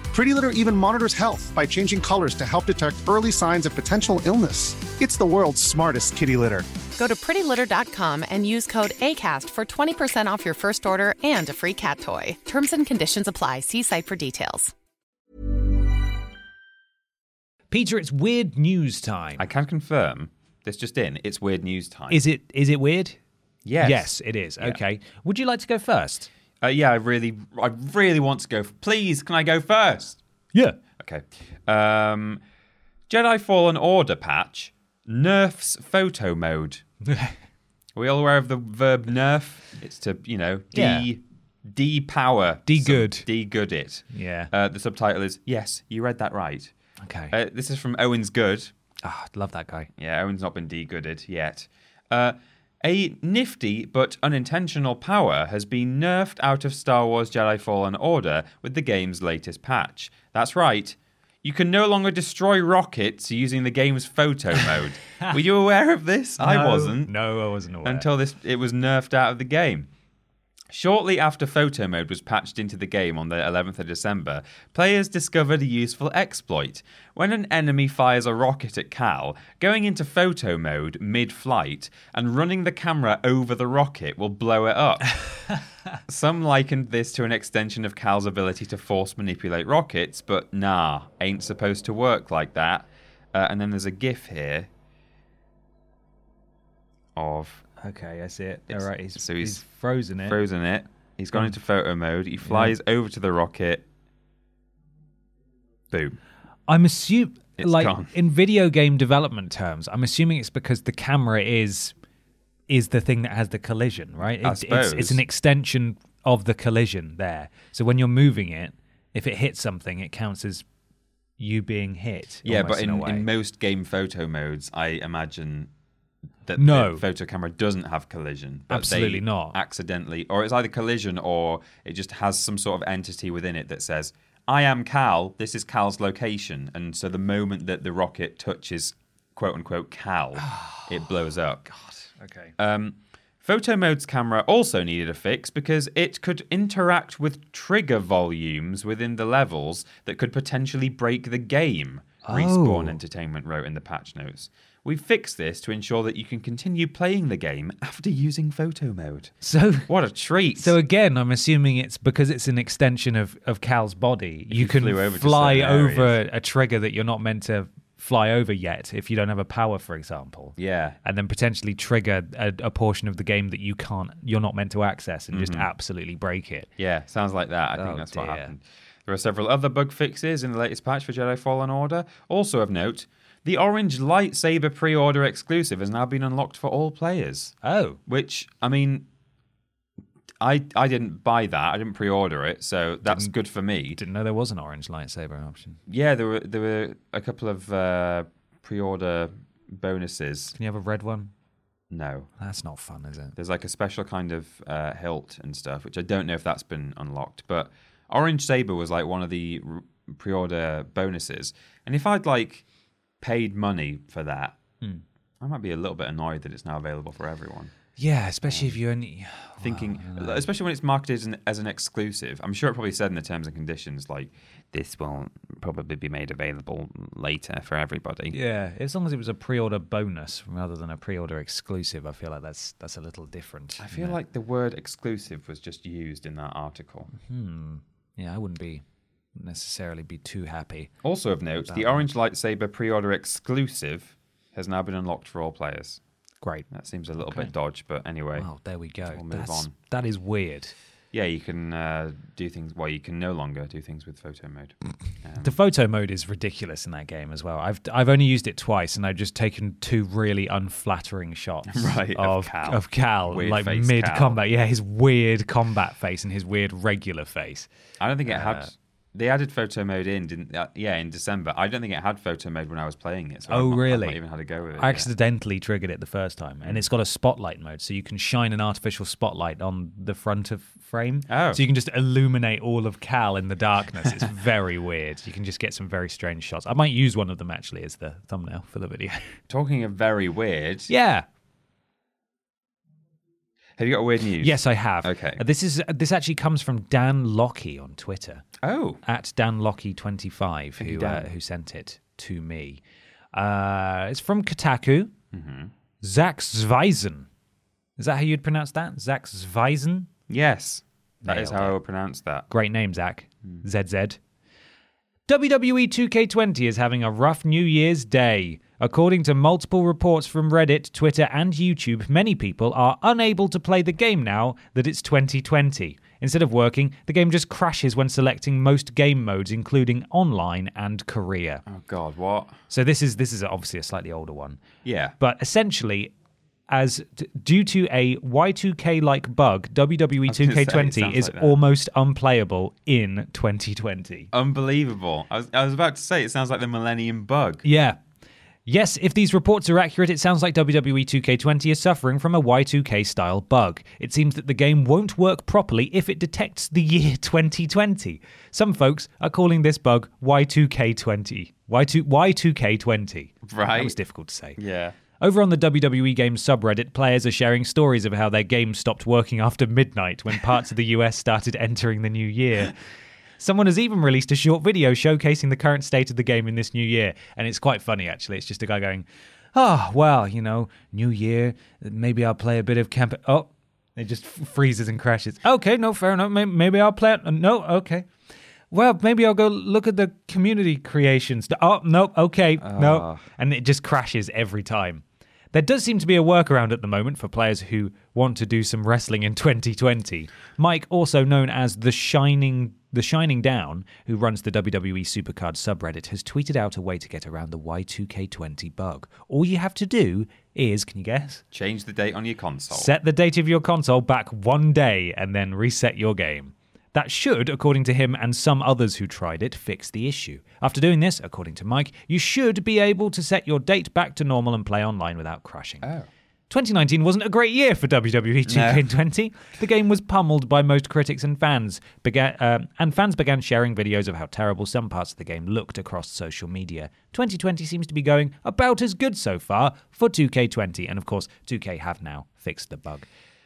Pretty Litter even monitors health by changing colors to help detect early signs of potential illness. It's the world's smartest kitty litter.
Go to prettylitter.com and use code ACAST for 20% off your first order and a free cat toy. Terms and conditions apply. See site for details.
Peter, it's weird news time.
I can confirm. This just in. It's weird news time.
Is it is it weird?
Yes.
it is.
Yeah.
Okay. Would you like to go first?
Uh, yeah, I really, I really want to go. f- Please, can I go first?
Yeah.
Okay. Um, Jedi Fallen Order patch nerfs
<laughs>
photo mode. Are we all aware of the verb nerf? It's to you know de
Yeah.
depower,
De-good.
de good it.
Yeah.
Uh, the subtitle is yes, you read that right.
Okay.
Uh, this is from Owen's Good.
Ah, I love that guy.
Yeah, Owen's not been de-gooded yet. Uh, a nifty but unintentional power has been nerfed out of Star Wars Jedi Fallen Order with the game's latest patch. That's right. You can no longer destroy rockets using the game's photo mode. Were you aware of this? I
No,
wasn't
No, I wasn't aware.
until this it was nerfed out of the game. Shortly after photo mode was patched into the game on the 11th of December, players discovered a useful exploit. When an enemy fires a rocket at Cal, going into photo mode mid flight and running the camera over the rocket will blow it up. Some likened this to an extension of Cal's ability to force manipulate rockets, but nah, ain't supposed to work like that. Uh, and then there's a GIF here of
okay, I see it.
It's-
All right, he's,
so
he's,
he's
frozen it.
frozen it. He's gone into photo mode. He flies over to the rocket. Boom.
I'm assuming,
It's
like
gone.
in video game development terms, I'm assuming it's because the camera is is the thing that has the collision, right?
I
It's, it's
suppose.
an extension of the collision there. So when you're moving it, if it hits something, it counts as you being hit.
Yeah,
almost
but
in, a
in,
way.
in most game photo modes, I imagine that
No.
the photo camera doesn't have collision. but they
Absolutely not.
Accidentally, or it's either collision or it just has some sort of entity within it that says, I am Cal, this is Cal's location. And so the moment that the rocket touches quote unquote <sighs> Cal, it blows up.
okay.
Um, photo mode's camera also needed a fix because it could interact with trigger volumes within the levels that could potentially break the game.
Oh.
Respawn Entertainment wrote in the patch notes. We fixed this to ensure that you can continue playing the game after using photo mode.
so
What a treat!
So again, I'm assuming it's because it's an extension of, of Cal's body. You,
you
can
flew over to
fly
certain areas.
over a trigger that you're not meant to fly over yet if you don't have a power, for example.
yeah,
And then potentially trigger a, a portion of the game that you can't, you're not meant to access, and just absolutely break it.
Yeah, sounds like that. I
Oh,
think that's
dear.
what happened. There are several other bug fixes in the latest patch for Jedi Fallen Order. Also of note, the orange lightsaber pre order exclusive has now been unlocked for all players.
Oh,
Which, I mean, I I didn't buy that. I didn't pre order it, so that's good for me.
you didn't know there was an orange lightsaber option.
Yeah, there were there were a couple of uh, pre order bonuses.
Can you have a red one?
No.
That's not fun, is it?
There's like a special kind of uh, hilt and stuff, which I don't know if that's been unlocked. But Orange Saber was like one of the r- pre-order bonuses, and if I'd like paid money for that,
Hmm.
I might be a little bit annoyed that it's now available for everyone.
Yeah, especially if you only.
Thinking, especially when it's marketed as an, as an exclusive, I'm sure it probably said in the terms and conditions like this will probably be made available later for everybody.
Yeah, as long as it was a pre-order bonus rather than a pre-order exclusive, I feel like that's that's a little different.
I feel like the word exclusive was just used in that article.
Yeah, I wouldn't be necessarily be too happy.
Also of note, the orange lightsaber pre-order exclusive has now been unlocked for all players.
Great.
That seems a little bit dodge, but anyway,
Well, there we go.
We'll move
That's,
on.
that is weird.
yeah, you can uh, do things. Well, you can no longer do things with photo mode. Um,
The photo mode is ridiculous in that game as well. I've I've only used it twice, and I've just taken two really unflattering shots
<laughs> Right,
of
of Cal.
of Cal,
Weird
like
face
mid
Cal.
combat. Yeah, his weird combat face and his weird regular face. Uh,
I don't think it had They added photo mode in, didn't? Uh, yeah, in December. I don't think it had photo mode when I was playing it. So
Oh,
I've not, I've
really?
not even had a go with it. Mm.
I
yet.
accidentally triggered it the first time, and it's got a spotlight mode, so you can shine an artificial spotlight on the front of frame.
Oh.
So you can just illuminate all of Cal in the darkness. It's <laughs> very weird. You can just get some very strange shots. I might use one of them actually as the thumbnail for the video.
Talking of very weird,
yeah.
have you got weird news?
Yes, I have.
Okay.
Uh, This is this actually comes from Dan Lockie on Twitter.
Oh,
at Dan Lockie twenty five
Thank you,
who uh,
Dan.
who sent it to me. Uh, it's from Kotaku.
Mm-hmm.
Zach Zweisen. Is that how you'd pronounce that? Zach Zweisen.
yes. That is
Nailed
how
it.
I would pronounce that.
Great name, Zach. ZZ. WWE 2K20 is having a rough New Year's Day. According to multiple reports from Reddit, Twitter, and YouTube, many people are unable to play the game now that it's 2020. Instead of working, the game just crashes when selecting most game modes, including online and career.
Oh God, what?
So this is this is obviously a slightly older one,
Yeah.
but essentially, as d- due to a Y2K-like bug, E WWE
was gonna say, it
2K20
sounds
is
like that.
almost unplayable in 2020.
Unbelievable. I was, I was about to say it sounds like the Millennium Bug.
Yeah. Yes, if these reports are accurate, it sounds like E WWE 2K20 is suffering from a Y2K style bug. It seems that the game won't work properly if it detects the year <laughs> 2020. Some folks are calling this bug Y2K20. Y2, Y2K20. That
Right.
was difficult to say.
Yeah.
Over on the WWE Games subreddit, players are sharing stories of how their game stopped working after midnight when parts of the <laughs> US started entering the new year. Someone has even released a short video showcasing the current state of the game in this new year, and it's quite funny actually. It's just a guy going, "Oh, well, you know, new year, maybe I'll play a bit of camp." Oh, it just f- freezes and crashes. Okay, no, fair enough. May- Maybe I'll play. It. No, okay. Well, maybe I'll go look at the community creations. Oh, no, okay, no. And it just crashes every time. There does seem to be a workaround at the moment for players who want to do some wrestling in <laughs> 2020. Mike, also known as the Shining the Shining Down, who runs the WWE Supercard subreddit, has tweeted out a way to get around the Y2K20 bug. All you have to do is, can you guess?
Change the date on your console.
Set the date of your console back one day and then reset your game. That should, according to him and some others who tried it, fix the issue. After doing this, according to Mike, you should be able to set your date back to normal and play online without crashing. 2019 wasn't a great year for WWE 2K20. The game was pummeled by most critics and fans, began, um and fans began sharing videos of how terrible some parts of the game looked across social media. 2020 seems to be going about as good so far for 2K20, and of course, 2K have now fixed the bug.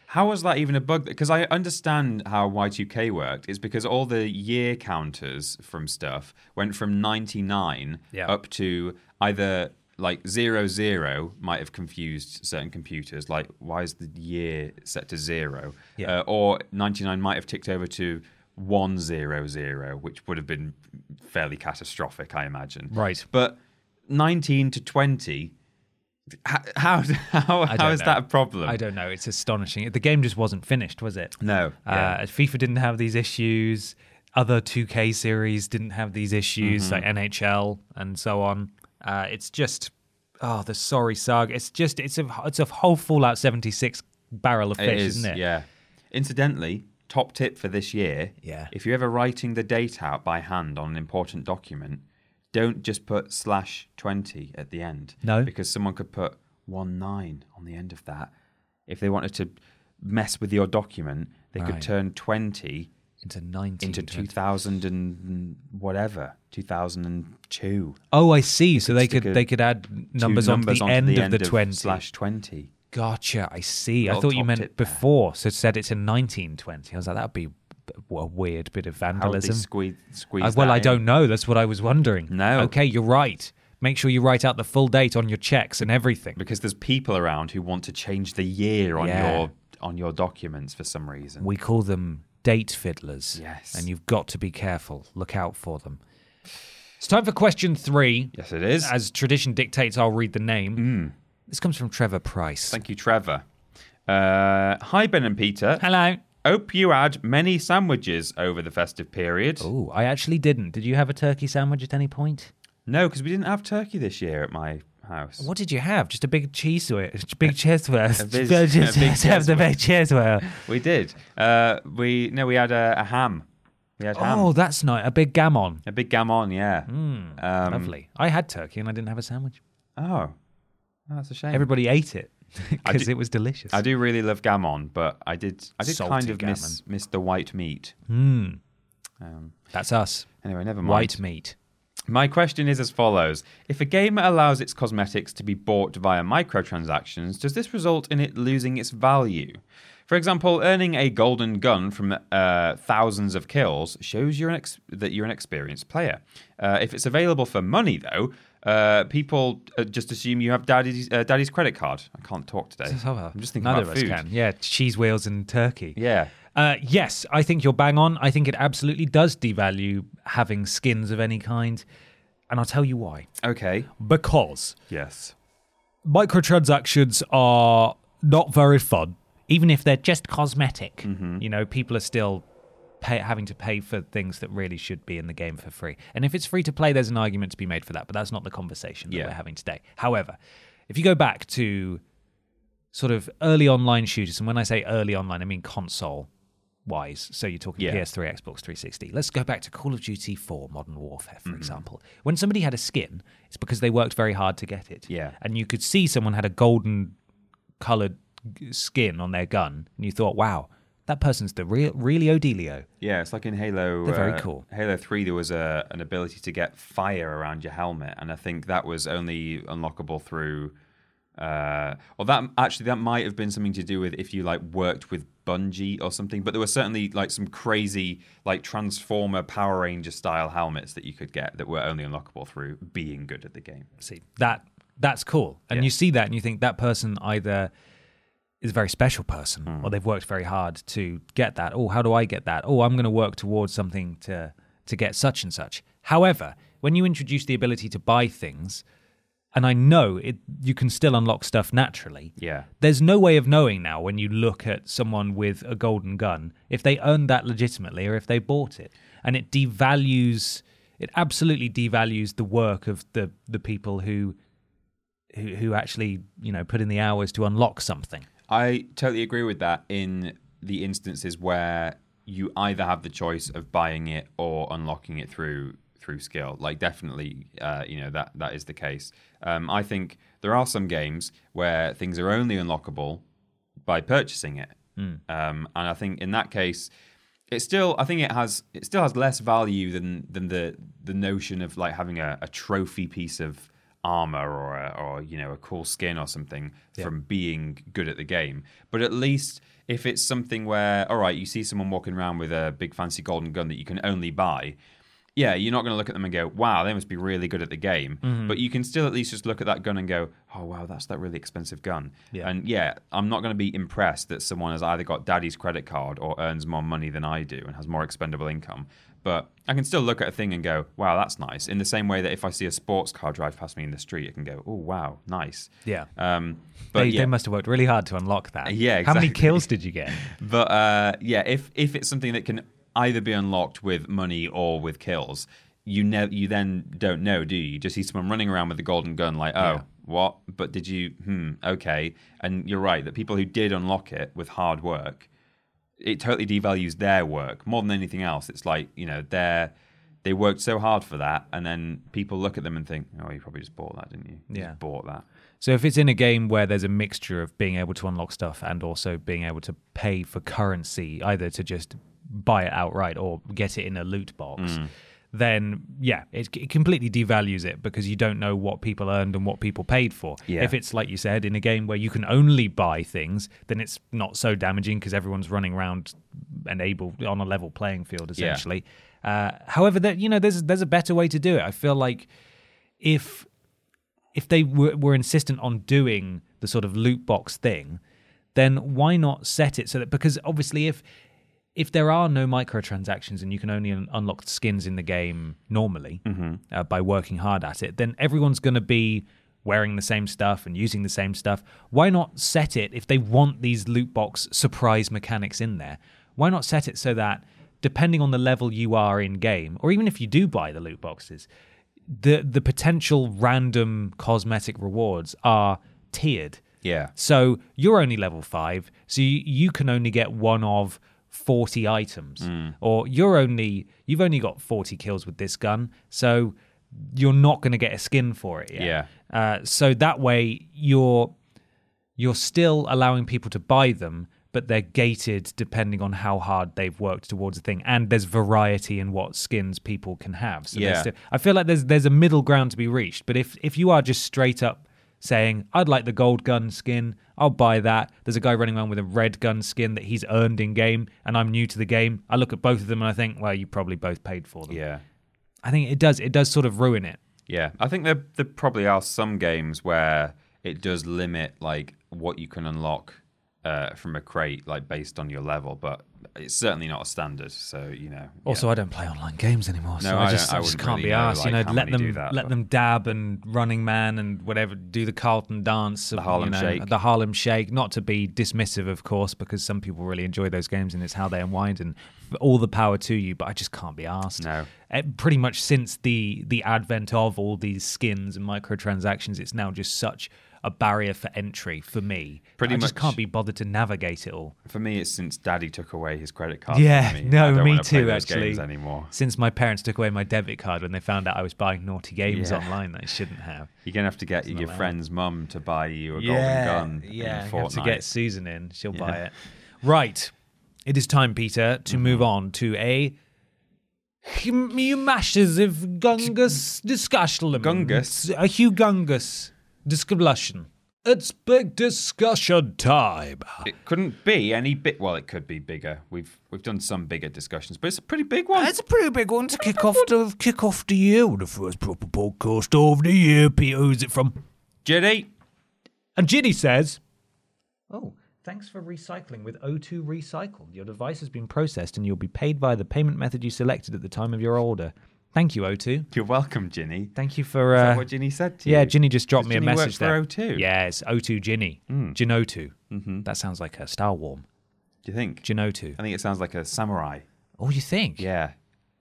How was that even a bug? Because I understand how Y2K worked. It's because all the year counters from stuff went from 99
Yeah.
up to either like zero zero might have confused certain computers. Like, why is the year set to zero?
Yeah.
Uh, or 99 might have ticked over to 100, which would have been fairly catastrophic, I imagine.
Right.
But 19 to 20. How how, <laughs> how,
I
how
don't
is
know.
that a problem?
I don't know. It's astonishing. The game just wasn't finished, was it?
No.
Uh, FIFA didn't have these issues. Other 2K series didn't have these issues,
Mm-hmm.
like NHL and so on. Uh, it's just, oh, the sorry saga. It's just, it's a, it's a whole Fallout 76 barrel of
It
fish, is, not it?
Yeah. Incidentally, top tip for this year.
Yeah.
If you're ever writing the date out by hand on an important document, don't just put slash twenty at the end.
No.
Because someone could put one nine on the end of that. If they wanted to mess with your document, they
Right.
could turn twenty
Into 19.
into two
20.
thousand and whatever, two thousand and two.
Oh, I see. So they
stick
could
a-
they could add numbers, onto the end of the 20.
slash twenty.
Gotcha. I see. I
Little
thought you
top
meant
tip there.
before. So it said it's in 1920. I was like, that'd be what a weird bit of
How would they
vandalism.
squeeze, squeeze
Uh, well,
that
I
in?
don't know. That's what I was wondering.
No.
Okay, you're right. Make sure you write out the full date on your checks and everything.
because there's people around who want to change the year on
Yeah.
your on your documents for some reason.
We call them date fiddlers.
Yes.
And you've got to be careful. Look out for them. It's time for question three.
yes, it is. Hmm.
As tradition dictates, I'll read the name. This comes from Trevor Price.
Thank you, Trevor. Uh, hi, Ben and Peter.
Hello.
Hope you had many sandwiches over the festive period.
Oh, I actually didn't. Did you have a turkey sandwich at any point?
No, because we didn't have turkey this year at my house.
What did you have? Just a big cheese swirl. Big cheese swirl.
a
<laughs>
big-
Just
a big
have the
cheese
big cheese swirl.
We did. Uh, we no, we had a, a ham. We had ham.
Oh, Hmm. that's nice. A big gammon.
A big gammon, yeah. Um,
Lovely. I had turkey and I didn't have a sandwich.
Oh, that's a shame.
Everybody ate it
<laughs> I
because
do-
it was delicious.
I do really love gammon, but I did I did
Salty
kind of miss,
gammon.
miss the white meat.
Mm,
Um,
that's us.
anyway, never mind.
White meat.
My question is as follows If a game allows its cosmetics to be bought via microtransactions, does this result in it losing its value? For example, earning a golden gun from uh, thousands of kills shows you're an ex- that you're an experienced player. Uh, if it's available for money, though, uh, people uh, just assume you have daddy's, uh, daddy's credit card. I can't talk today. I'm just thinking
Neither
about
of
food.
us can. Yeah, cheese wheels and turkey.
Yeah.
Uh, yes, I think you're bang on. I think it absolutely does devalue having skins of any kind. And I'll tell you why.
Okay.
Because
Yes.
microtransactions are not very fun, Mm-hmm. even if they're just cosmetic. You know, people are still pay, having to pay for things that really should be in the game for free. And if it's free to play, there's an argument to be made for that, but that's not the conversation that
Yeah.
we're having today. However, if you go back to sort of early online shooters, and when I say early online, I mean console wise. So you're talking
Yeah.
PS3, Xbox 360. Let's go back to Call of Duty 4 Modern Warfare, for example. When somebody had a skin, it's because they worked very hard to get it.
Yeah.
And you could see someone had a golden colored g- skin on their gun, and you thought, wow, that person's the real, really Odelio.
Yeah, it's like in Halo.
They're very
uh,
cool.
Halo Three, there was a an ability to get fire around your helmet, and I think that was only unlockable through. Uh, or that actually that might have been something to do with if you like worked with Bungie or something. But there were certainly like some crazy like Transformer Power Ranger style helmets that you could get that were only unlockable through being good at the game.
See, that that's cool. And
Yeah.
you see that and you think that person either is a very special person or they've worked very hard to get that. Oh, how do I get that? Oh, I'm going to work towards something to to get such and such. However, when you introduce the ability to buy things, and I know it you can still unlock stuff naturally.
Yeah.
There's no way of knowing now when you look at someone with a golden gun if they earned that legitimately or if they bought it. And it devalues it absolutely devalues the work of the the people who who, who actually, you know, put in the hours to unlock something.
I totally agree with that in the instances where you either have the choice of buying it or unlocking it through through skill. Like definitely, uh, you know that that is the case. Um, I think there are some games where things are only unlockable by purchasing it, um, and I think in that case. It still, I think it has, it still has less value than than the the notion of like having a, a trophy piece of armor or a, or you know a cool skin or something from being good at the game. But at least if it's something where all right, you see someone walking around with a big fancy golden gun that you can only buy. Yeah, you're not going to look at them and go, "Wow, they must be really good at the game." But you can still at least just look at that gun and go, "Oh, wow, that's that really expensive gun."
Yeah.
And yeah, I'm not going to be impressed that someone has either got daddy's credit card or earns more money than I do and has more expendable income. But I can still look at a thing and go, wow, that's nice. In the same way that if I see a sports car drive past me in the street, I can go, oh, wow, nice.
Yeah.
Um, but
Uh, they,
yeah,
they must have worked really hard to unlock that.
Yeah,
How many
exactly.
kills did you get?
<laughs> but uh, yeah, if if it's something that can either be unlocked with money or with kills, you ne- you then don't know, do you? You just see someone running around with a golden gun, like, oh, what? But did you? Hmm, okay. And you're right that people who did unlock it with hard work, it totally devalues their work more than anything else. It's like you know they're. They worked so hard for that, and then people look at them and think, "Oh, you probably just bought that, didn't you? You
Yeah.
just bought that."
So if it's in a game where there's a mixture of being able to unlock stuff and also being able to pay for currency, either to just buy it outright or get it in a loot box, then yeah, it, it completely devalues it because you don't know what people earned and what people paid for.
Yeah.
If it's like you said in a game where you can only buy things, then it's not so damaging because everyone's running around and able on a level playing field essentially. Uh, however, that you know, there's there's a better way to do it. I feel like if if they were, were insistent on doing the sort of loot box thing, then why not set it so that because obviously if if there are no microtransactions and you can only un- unlock skins in the game normally uh, by working hard at it, then everyone's going to be wearing the same stuff and using the same stuff. Why not set it if they want these loot box surprise mechanics in there? Why not set it so that depending on the level you are in game, or even if you do buy the loot boxes, the the potential random cosmetic rewards are tiered.
Yeah.
So you're only level five, so you, you can only get one of 40 items
Mm.
or you're only you've only got 40 kills with this gun so you're not going to get a skin for it yet.
Yeah.
Uh, so that way you're you're still allowing people to buy them, but they're gated depending on how hard they've worked towards a thing. And there's variety in what skins people can have. So there's
Yeah.
still, I feel like there's there's a middle ground to be reached. But if if you are just straight up saying I'd like the gold gun skin, I'll buy that. There's a guy running around with a red gun skin that he's earned in game, and I'm new to the game. I look at both of them and I think, well, you probably both paid for them.
Yeah.
I think it does it does sort of ruin it.
Yeah, I think there there probably are some games where it does limit like what you can unlock uh, from a crate, like based on your level, but it's certainly not a standard. So you know.
Also,
yeah.
I don't play online games anymore, so
No,
I
I
just,
don't-
I
I
just
wouldn't
can't
really
be
know,
asked.
like,
you know,
how
let
many do
them
that,
let
but-
them dab and Running Man and whatever, do the Carlton dance, the
Harlem
you know,
Shake.
the Harlem Shake. Not to be dismissive, of course, because some people really enjoy those games and it's how they unwind. And f- all the power to you, but I just can't be asked.
No.
Eh, pretty much since the the advent of all these skins and microtransactions, it's now just such a barrier for entry for me. that
Pretty
I just
much-
can't be bothered to navigate it all.
for me, it's since Daddy took away his credit card.
Yeah,
from me. I
no,
don't
me
wanna play
too.
those
Actually,
games anymore.
since my parents took away my debit card when they found out I was buying naughty games
Yeah.
online that I shouldn't have.
You're gonna have to get your
allowed.
friend's mum to buy you a golden gun.
yeah.
in
I have to
Fortnite.
get Susan in; she'll buy
Yeah. Mm-hmm.
it. Right, it is time, Peter, to move on to a. Hugh Mashes of Gungus discussion.
Gungus?
A Hugh Gungus discussion. It's big discussion time.
It couldn't be any bit. Well, it could be bigger. We've we've done some bigger discussions, but it's a pretty big one.
That's a pretty big one to kick off the kick off the year with the first proper podcast of the year. Peter, who's it from?
Jiddy,
And Ginny says, "Oh, thanks for recycling with O2 Recycle. Your device has been processed, and you'll be paid via the payment method you selected at the time of your order. Thank you, O2.
you're welcome, Ginny.
Thank you for uh,
Is that what Ginny said to you?
yeah, Ginny just dropped
Does
me a
Ginny work
message
for Hmm.
there.
O2?
Yes, O2 Ginny. Ginotu.
Mm-hmm.
That sounds like a Star Warm.
Do you think?
Ginotu.
I think it sounds like a samurai.
Oh, you think?
Yeah.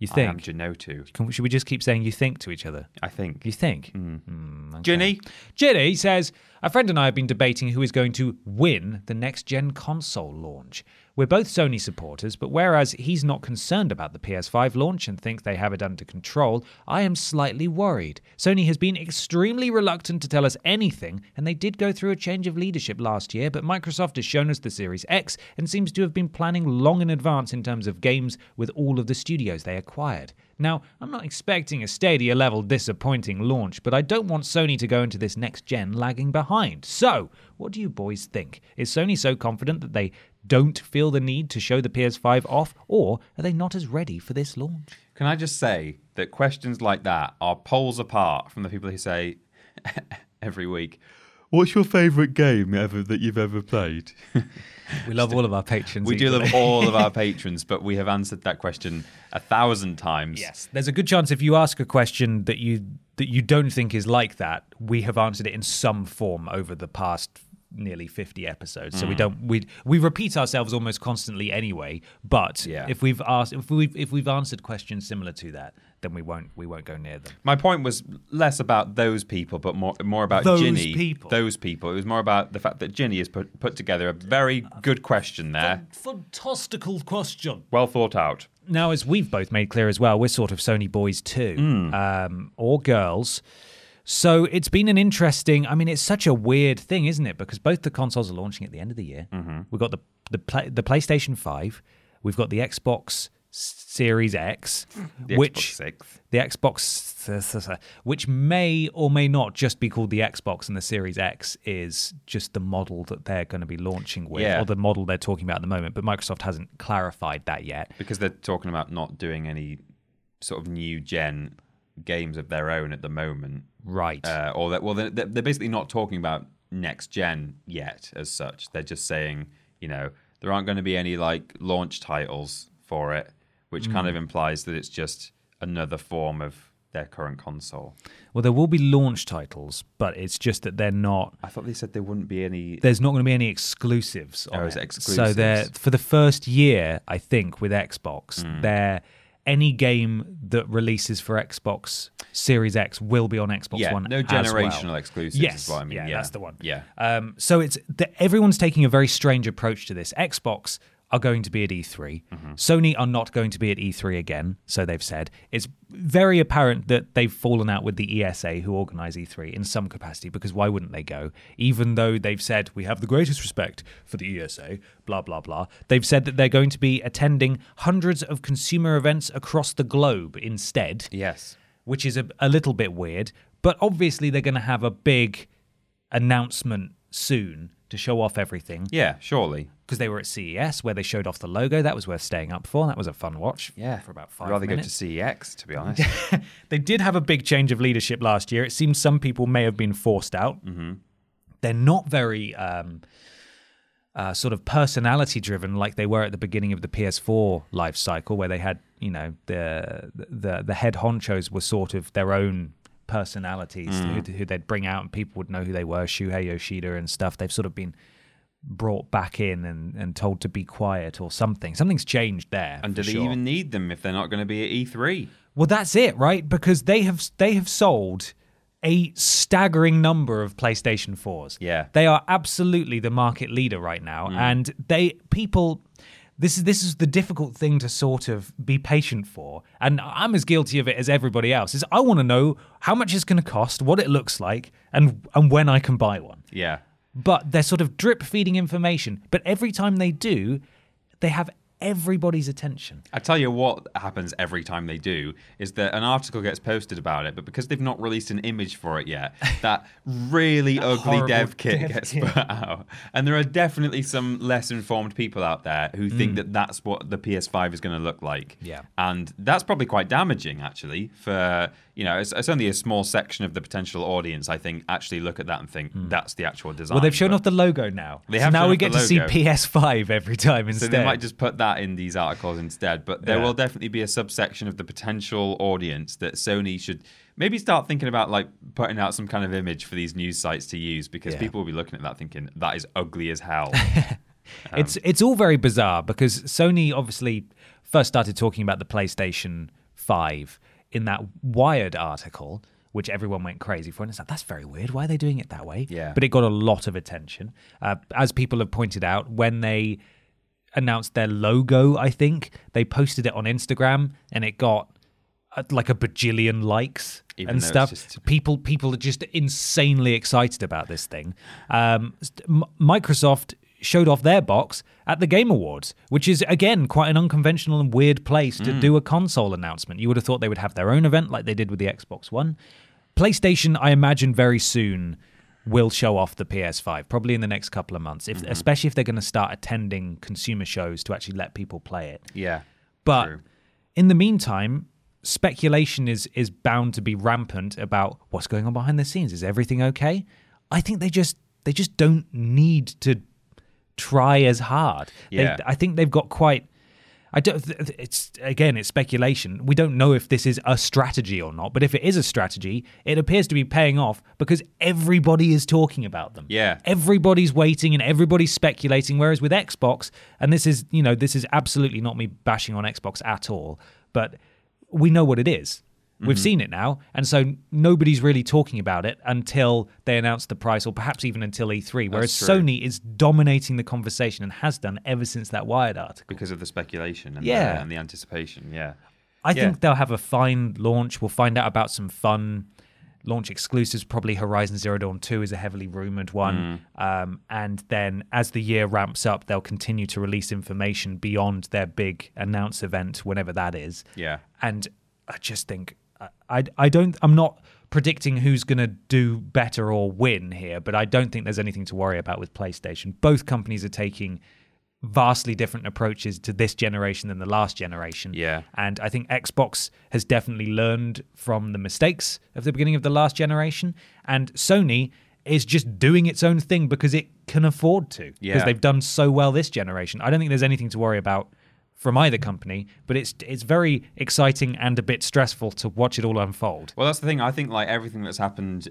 You
I am
think?
Genotu.
Can, we- should we just keep saying you think to each other?
I think.
You think?
Hmm.
Hmm,
Ginny,
Jenny says, A friend and I have been debating who is going to win the next gen console launch. We're both Sony supporters, but whereas he's not concerned about the PS5 launch and thinks they have it under control, I am slightly worried. Sony has been extremely reluctant to tell us anything, and they did go through a change of leadership last year, but Microsoft has shown us the Series X and seems to have been planning long in advance in terms of games with all of the studios they acquired. Now, I'm not expecting a Stadia level disappointing launch, but I don't want Sony to go into this next gen lagging behind. So, what do you boys think? Is Sony so confident that they don't feel the need to show the PS5 off, or are they not as ready for this launch?
can I just say that questions like that are poles apart from the people who say <laughs> every week, What's your favourite game ever that you've ever played?
We love all of our patrons.
We do love all <laughs> of our patrons, but we have answered that question a thousand times.
Yes, there's a good chance if you ask a question that you that you don't think is like that, we have answered it in some form over the past nearly 50 episodes. So we don't we we repeat ourselves almost constantly anyway, but
Yeah.
if we've asked if we've if we've answered questions similar to that, then we won't we won't go near them.
My point was less about those people, but more more about
Those
Ginny.
people.
Those people. It was more about the fact that Ginny has put, put together a very good question there,
Fantastical question.
well thought out.
now, as we've both made clear as well, we're sort of Sony boys too,
Hmm.
um, or girls. So it's been an interesting. I mean, it's such a weird thing, isn't it? Because both the consoles are launching at the end of the year.
Mm-hmm.
We've got the the, play, the PlayStation Five. We've got the Xbox Series X,
<laughs> The
which
Xbox Six.
the Xbox, which may or may not just be called the Xbox, and the Series X is just the model that they're going to be launching with,
Yeah.
or the model they're talking about at the moment. But Microsoft hasn't clarified that yet.
because they're talking about not doing any sort of new gen games of their own at the moment,
Right.
uh, or that well, they're, they're basically not talking about next gen yet as such. They're just saying, you know, there aren't going to be any like launch titles for it, which kind of implies that it's just another form of their current console.
Well, there will be launch titles, but it's just that they're not.
I thought they said there wouldn't be any.
There's not going to be any exclusives. On
Oh, is it
So they're
exclusives?
for the first year, I think, with Xbox,
Mm.
they're any game that releases for Xbox Series X will be on Xbox
yeah,
One.
no
as well.
generational exclusives.
Yes,
is what I mean.
yeah,
Yeah,
that's the one.
Yeah,
Um, so it's the, everyone's taking a very strange approach to this. Xbox are going to be at E3.
Mm-hmm.
Sony are not going to be at E3 again, so they've said. It's very apparent that they've fallen out with the ESA who organize E3 in some capacity because why wouldn't they go? Even though they've said we have the greatest respect for the ESA, blah blah blah. They've said that they're going to be attending hundreds of consumer events across the globe instead
Yes.
which is a, a little bit weird. But obviously, they're going to have a big announcement soon to show off everything
Yeah, surely.
because they were at CES where they showed off the logo. That was worth staying up for. That was a fun watch. for about 5
Rather
minutes.
go to CEX, <laughs> to be honest.
They did have a big change of leadership last year. It seems some people may have been forced out. Mm-hmm. They're not very um, uh, sort of personality driven like they were at the beginning of the PS4 life cycle, where they had you know the the the head honchos were sort of their own personalities
Mm.
who, who they'd bring out and people would know who they were, Shuhei Yoshida and stuff. They've sort of been brought back in and, and told to be quiet or something. Something's changed there.
and
for
do they
sure.
even need them if they're not going to be at E E3?
Well, that's it, right? Because they have they have sold a staggering number of PlayStation 4s.
Yeah.
They are absolutely the market leader right now and they people this is this is the difficult thing to sort of be patient for. And I'm as guilty of it as everybody else. Is I want to know how much it's going to cost, what it looks like, and and when I can buy one
Yeah.
but they're sort of drip feeding information. But every time they do, they have everybody's attention.
I tell you what happens every time they do is that an article gets posted about it, but because they've not released an image for it
<laughs>
yet, that really ugly
horrible
dev kit
dev
gets
kit.
put out. And there are definitely some less informed people out there who think that that's what the PS5 is going to look like.
Mm. Yeah.
And that's probably quite damaging, actually, for, you know, it's, it's only a small section of the potential audience, I think, actually look at that and think that's the actual
Mm.
design.
Well, they've shown
But-
off the logo now.
They
so
have
now
shown
we
off
get
the
to see
logo.
PS5 every time
So
instead.
they might just put that in these articles instead. But there
Yeah.
will definitely be a subsection of the potential audience that Sony should maybe start thinking about like putting out some kind of image for these news sites to use because
Yeah.
people will be looking at that thinking that is ugly as hell.
<laughs> it's it's all very bizarre because Sony obviously first started talking about the PlayStation 5 in that Wired article, which everyone went crazy for, and it's like that's very weird. Why are they doing it that way?
Yeah.
but it got a lot of attention. Uh, as people have pointed out, when they announced their logo, I think they posted it on Instagram, and it got uh, like a bajillion likes
Even
and
though it's
stuff.
just-
People people are just insanely excited about this thing. Um, st- M- Microsoft showed off their box at the Game Awards, which is again quite an unconventional and weird place
Mm.
to do a console announcement. You would have thought they would have their own event like they did with the Xbox One. PlayStation, I imagine, very soon will show off the PS5, probably in the next couple of months,
Mm-hmm.
if, especially if they're going to start attending consumer shows to actually let people play it.
yeah.
But
True.
in the meantime, speculation is is bound to be rampant about what's going on behind the scenes. Is everything okay? I think they just they just don't need to try as hard. They-
Yeah.
I think they've got quite. I don't. th- th- It's again, it's speculation. We don't know if this is a strategy or not. But if it is a strategy, it appears to be paying off because everybody is talking about them.
Yeah.
everybody's waiting and everybody's speculating. Whereas with Xbox, and this is you know this is absolutely not me bashing on Xbox at all, but we know what it is.
Mm-hmm.
We've seen it now, and so nobody's really talking about it until they announce the price, or perhaps even until E3. Whereas
true.
Sony is dominating the conversation and has done ever since that Wired article.
Because of the speculation and,
Yeah.
the, and the anticipation. Yeah.
I
Yeah.
think they'll have a fine launch. We'll find out about some fun launch exclusives. Probably Horizon Zero Dawn 2 is a heavily rumored one.
Mm.
Um, and then as the year ramps up, they'll continue to release information beyond their big announce event, whenever that is.
Yeah.
And I just think, I- I, I don't, I'm not predicting who's going to do better or win here, but I don't think there's anything to worry about with PlayStation. Both companies are taking vastly different approaches to this generation than the last generation.
Yeah.
And I think Xbox has definitely learned from the mistakes of the beginning of the last generation. And Sony is just doing its own thing because it can afford to. Because
Yeah.
they've done so well this generation. I don't think there's anything to worry about from either company, but it's it's very exciting and a bit stressful to watch it all unfold.
Well, that's the thing. I think like everything that's happened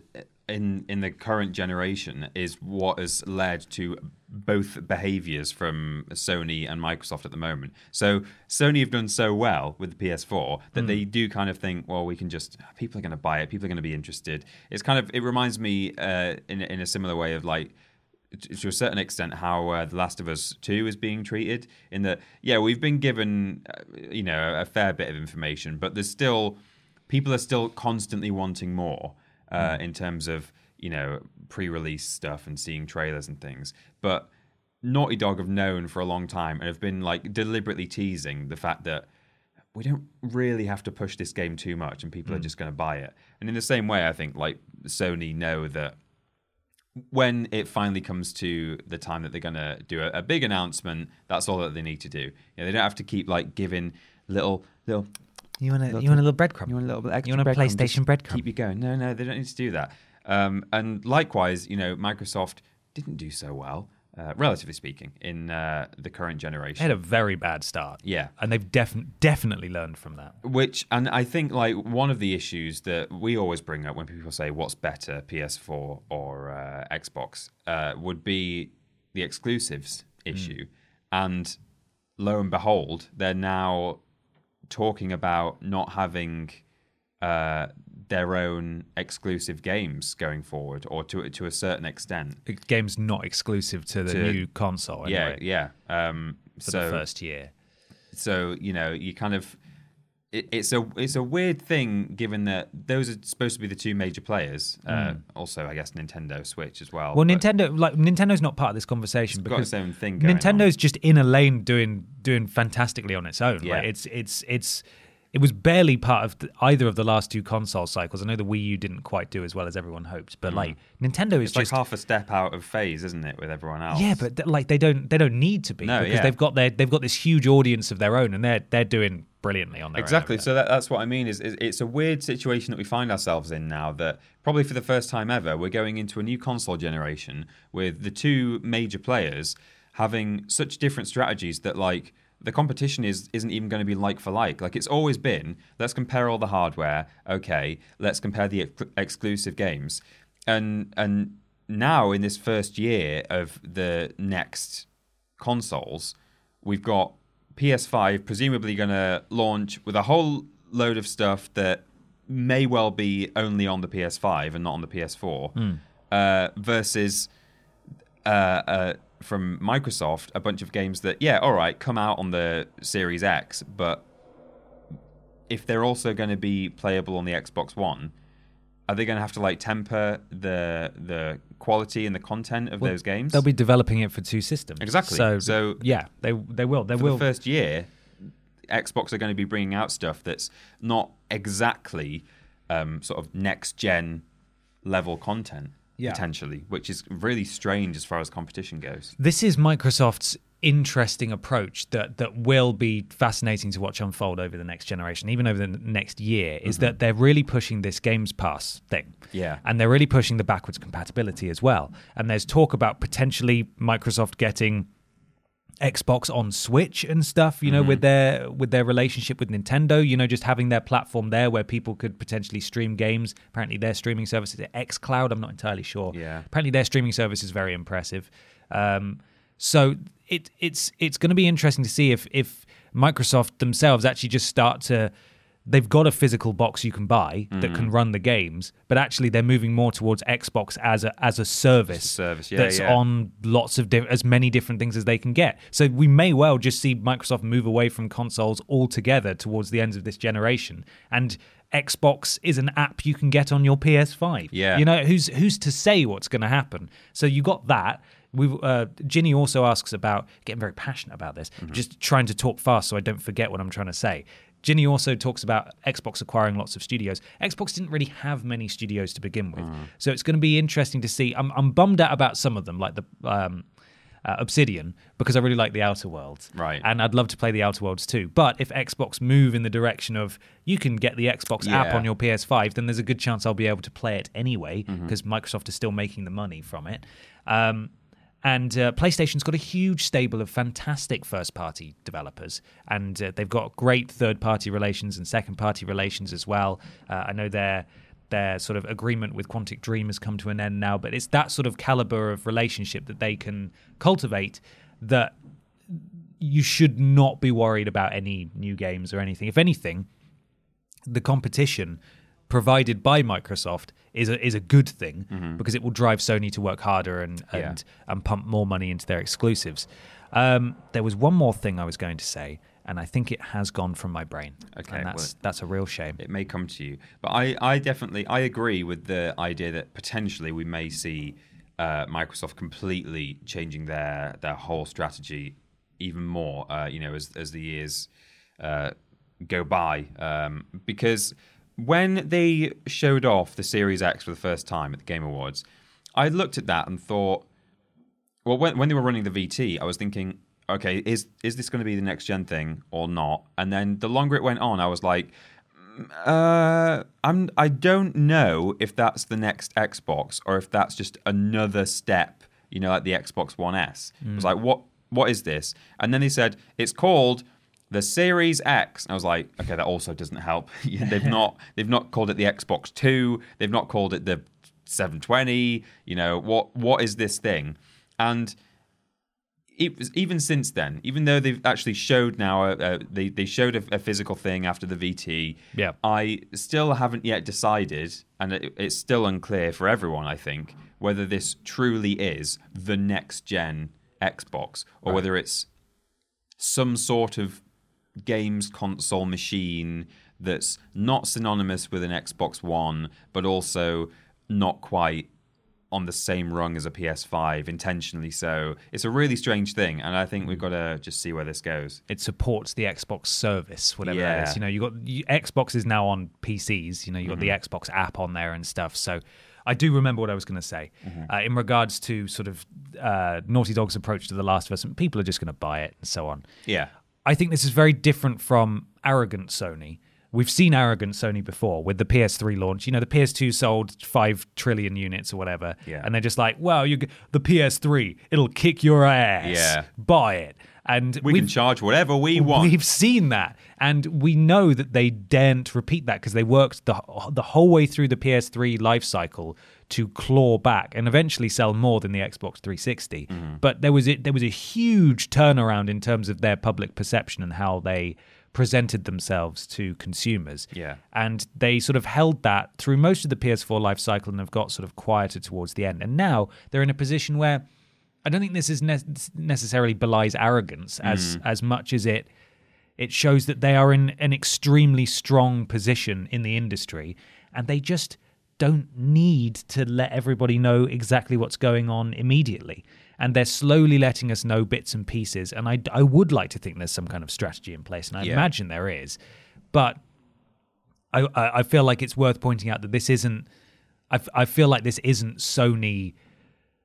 in in the current generation is what has led to both behaviors from Sony and Microsoft at the moment. So Sony have done so well with the PS4 that they do kind of think, well, we can just people are going to buy it, people are going to be interested. It's kind of it reminds me uh, in a- in a similar way of like t- to a certain extent how uh, The Last of Us 2 is being treated in that yeah we've been given uh, you know a fair bit of information but there's still people are still constantly wanting more uh, in terms of you know pre-release stuff and seeing trailers and things but Naughty Dog have known for a long time and have been like deliberately teasing the fact that we don't really have to push this game too much and people are just going to buy it. And in the same way, I think like Sony know that when it finally comes to the time that they're going to do a, a big announcement, that's all that they need to do. You know, they don't have to keep like giving little little
You want a you want a little breadcrumb.
you want a little bit extra.
You want a
breadcrumb,
PlayStation
just
breadcrumb.
Keep you going. No, no, they don't need to do that. Um, and likewise, you know, Microsoft didn't do so well, uh, relatively speaking, in uh, the current
They had
generation.
a very bad start.
Yeah.
and they've defi- definitely learned from that.
Which, and I think, like one of the issues that we always bring up when people say what's better, PS4 or uh, Xbox, uh, would be the exclusives
Hmm.
issue. And lo and behold, they're now talking about not having uh, their own exclusive games going forward, or to to a certain extent.
The game's not exclusive to the
To-
new console. Anyway,
Yeah, yeah. Um,
for
so
the first year.
so you know you kind of it, it's a it's a weird thing given that those are supposed to be the two major players. Uh, also, I guess Nintendo Switch as well.
Hmm. Well,
but
Nintendo like Nintendo's not part of this conversation
It's got
because
its own thing going
Nintendo's just in a lane doing doing fantastically on its own.
Yeah.
Like it's it's it's it was barely part of the, either of the last two console cycles. I know the Wii U didn't quite do as well as everyone hoped, but like Nintendo is
Hmm. it's
just
like half a step out of phase, isn't it, with everyone else?
yeah, but th- like they don't they don't need to be
No,
because
yeah.
they've got their they've got this huge audience of their own and they're they're doing brilliantly on their
Exactly.
own.
So that, that's what I mean. Is, is it's a weird situation that we find ourselves in now. That probably for the first time ever, we're going into a new console generation with the two major players having such different strategies that like the competition is isn't even going to be like for like. Like it's always been. Let's compare all the hardware. Okay. Let's compare the ex- exclusive games. And and now in this first year of the next consoles, we've got PS5 presumably going to launch with a whole load of stuff that may well be only on the PS5 and not on the PS4,
Hmm.
uh, versus uh, uh, from Microsoft a bunch of games that yeah, all right, come out on the Series X, but if they're also going to be playable on the Xbox One. Are they going to have to like temper the the quality and the content of those games?
They'll be developing it for two systems.
Exactly.
So,
So-
yeah, they they will. They
for
will.
the first year, Xbox are going to be bringing out stuff that's not exactly um, sort of next gen level content
Yeah.
potentially, which is really strange as far as competition goes.
this is Microsoft's interesting approach that that will be fascinating to watch unfold over the next generation, even over the n- next year, is that they're really pushing this Games Pass thing.
Yeah.
And they're really pushing the backwards compatibility as well. And there's talk about potentially Microsoft getting Xbox on Switch and stuff, you know, with
Mm-hmm.
their with their relationship with Nintendo, you know, just having their platform there where people could potentially stream games. Apparently, their streaming service is XCloud. I'm not entirely sure.
Yeah.
Apparently, their streaming service is very impressive. Um, so it it's it's going to be interesting to see if if Microsoft themselves actually just start to. They've got a physical box you can buy that
Mm-hmm.
can run the games, but actually they're moving more towards Xbox as a as a service,
service, yeah,
that's
yeah.
on on lots of diff- as many different things as they can get. So we may well just see Microsoft move away from consoles altogether towards the ends of this generation. And Xbox is an app you can get on your PS5.
Yeah.
you know who's who's to say what's going to happen? So you got that. We uh, Ginny also asks about getting very passionate about this. Just trying to talk fast so I don't forget what I'm trying to say. Ginny also talks about Xbox acquiring lots of studios. Xbox didn't really have many studios to begin with, so it's going to be interesting to see. I'm, I'm bummed out about some of them, like the um, uh, Obsidian, because I really like the Outer Worlds,
Right.
And I'd love to play the Outer Worlds too. But if Xbox move in the direction of you can get the Xbox app
Yeah.
on your PS5, then there's a good chance I'll be able to play it anyway because Microsoft is still making the money from it. Um, and uh, PlayStation's got a huge stable of fantastic first party developers, and uh, they've got great third party relations and second party relations as well. Uh, I know their their sort of agreement with Quantic Dream has come to an end now, but it's that sort of caliber of relationship that they can cultivate that you should not be worried about any new games or anything. If anything, the competition provided by Microsoft is a, is a good thing
Mm-hmm.
because it will drive Sony to work harder and and, and pump more money into their exclusives. Um, there was one more thing I was going to say, and I think it has gone from my brain.
Okay,
and
well-
that's that's a real shame.
it may come to you. But I, I definitely, I agree with the idea that potentially we may see uh, Microsoft completely changing their their whole strategy even more. Uh, you know, as as the years uh, go by, um, because when they showed off the Series X for the first time at the Game Awards, I looked at that and thought, well, when, when they were running the VT, I was thinking, okay, is is this going to be the next gen thing or not? And then the longer it went on, I was like, uh, I'm I don't know if that's the next Xbox or if that's just another step, you know, like the Xbox One S. It was like, what what is this? And then they said it's called the Series X. And I was like, okay, that also doesn't help. <laughs> Yeah, they've not they've not called it the Xbox Two. They've not called it the 720. You know what what is this thing? And it was- even since then, even though they've actually showed now, uh, they they showed a, a physical thing after the VT.
Yeah.
I still haven't yet decided, and it, it's still unclear for everyone. I think whether this truly is the next gen Xbox or whether it's some sort of games console machine that's not synonymous with an Xbox One, but also not quite on the same rung as a PS5, intentionally so. It's a really strange thing, and I
Mm.
think we've got to just see where this goes.
it supports the Xbox service, whatever that
Yeah.
is. You know, you got you, Xbox is now on PCs. You know, you got the
Mm-hmm.
Xbox app on there and stuff. So, I do remember what I was going to say
Mm-hmm.
uh, in regards to sort of uh, Naughty Dog's approach to The Last of Us. And people are just going to buy it and so on.
Yeah.
I think this is very different from arrogant Sony. We've seen arrogant Sony before with the PS3 launch. You know, the PS2 sold five trillion units or whatever,
Yeah.
and they're just like, "Well, you g- the PS3, it'll kick your ass.
Yeah.
buy it." And
We
we've-
can charge whatever we want.
We've seen that, and we know that they daren't repeat that because they worked the the whole way through the PS3 life cycle to claw back and eventually sell more than the Xbox 360.
Mm-hmm.
But there was it there was a huge turnaround in terms of their public perception and how they presented themselves to consumers.
Yeah.
And they sort of held that through most of the PS4 life cycle and have got sort of quieter towards the end. And now they're in a position where I don't think this is ne- necessarily belies arrogance as as much as it it shows that they are in an extremely strong position in the industry and they just don't need to let everybody know exactly what's going on immediately and they're slowly letting us know bits and pieces and I, I would like to think there's some kind of strategy in place and I
Yeah.
imagine there is but I, I I feel like it's worth pointing out that this isn't. I, f- I feel like this isn't Sony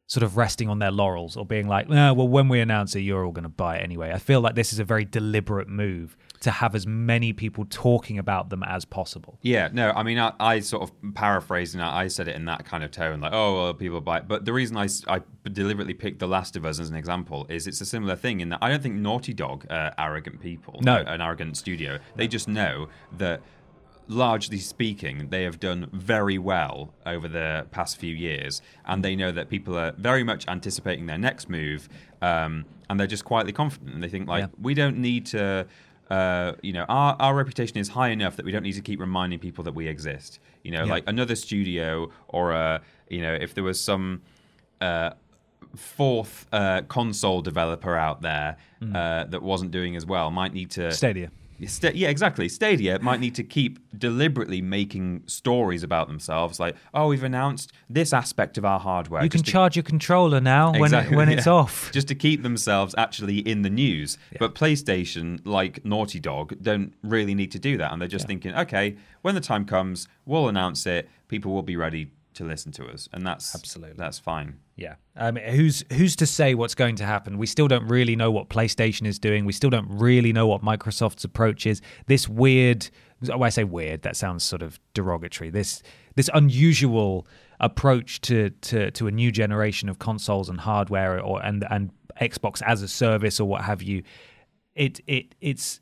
sort of resting on their laurels or being like, "Nah, well, when we announce it, you're all going to buy it anyway. I feel like this is a very deliberate move to have as many people talking about them as possible.
Yeah, no, I mean, I, I sort of paraphrasing that, I said it in that kind of tone, like, oh, well, people buy it. But the reason I, s- I deliberately picked The Last of Us as an example is it's a similar thing in that I don't think Naughty Dog are arrogant people,
No.
an arrogant studio. They just know that, largely speaking, they have done very well over the past few years. And they know that people are very much anticipating their next move. Um, and they're just quietly confident. And they think, like,
Yeah.
we don't need to uh, you know our, our reputation is high enough that we don't need to keep reminding people that we exist you know
Yeah.
like another studio or a you know if there was some uh, fourth uh, console developer out there uh, that wasn't doing as well might need to
Hmm. Stadia.
Sta- yeah, exactly. Stadia might need to keep deliberately making stories about themselves, like, "Oh, we've announced this aspect of our hardware."
You can
just to-
charge your controller now
Exactly,
when it, when it's
<laughs> yeah.
off.
Just to keep themselves actually in the news. But PlayStation, like Naughty Dog, don't really need to do that. And they're just thinking, okay, when the time comes, we'll announce it. People will be ready to listen to us. And that's
Absolutely.
that's fine.
Yeah. Um, who's who's to say what's going to happen? We still don't really know what PlayStation is doing. We still don't really know what Microsoft's approach is. This weird, oh, I say weird, that sounds sort of derogatory. This this unusual approach to to to a new generation of consoles and hardware, or and and Xbox as a service or what have you. It it it's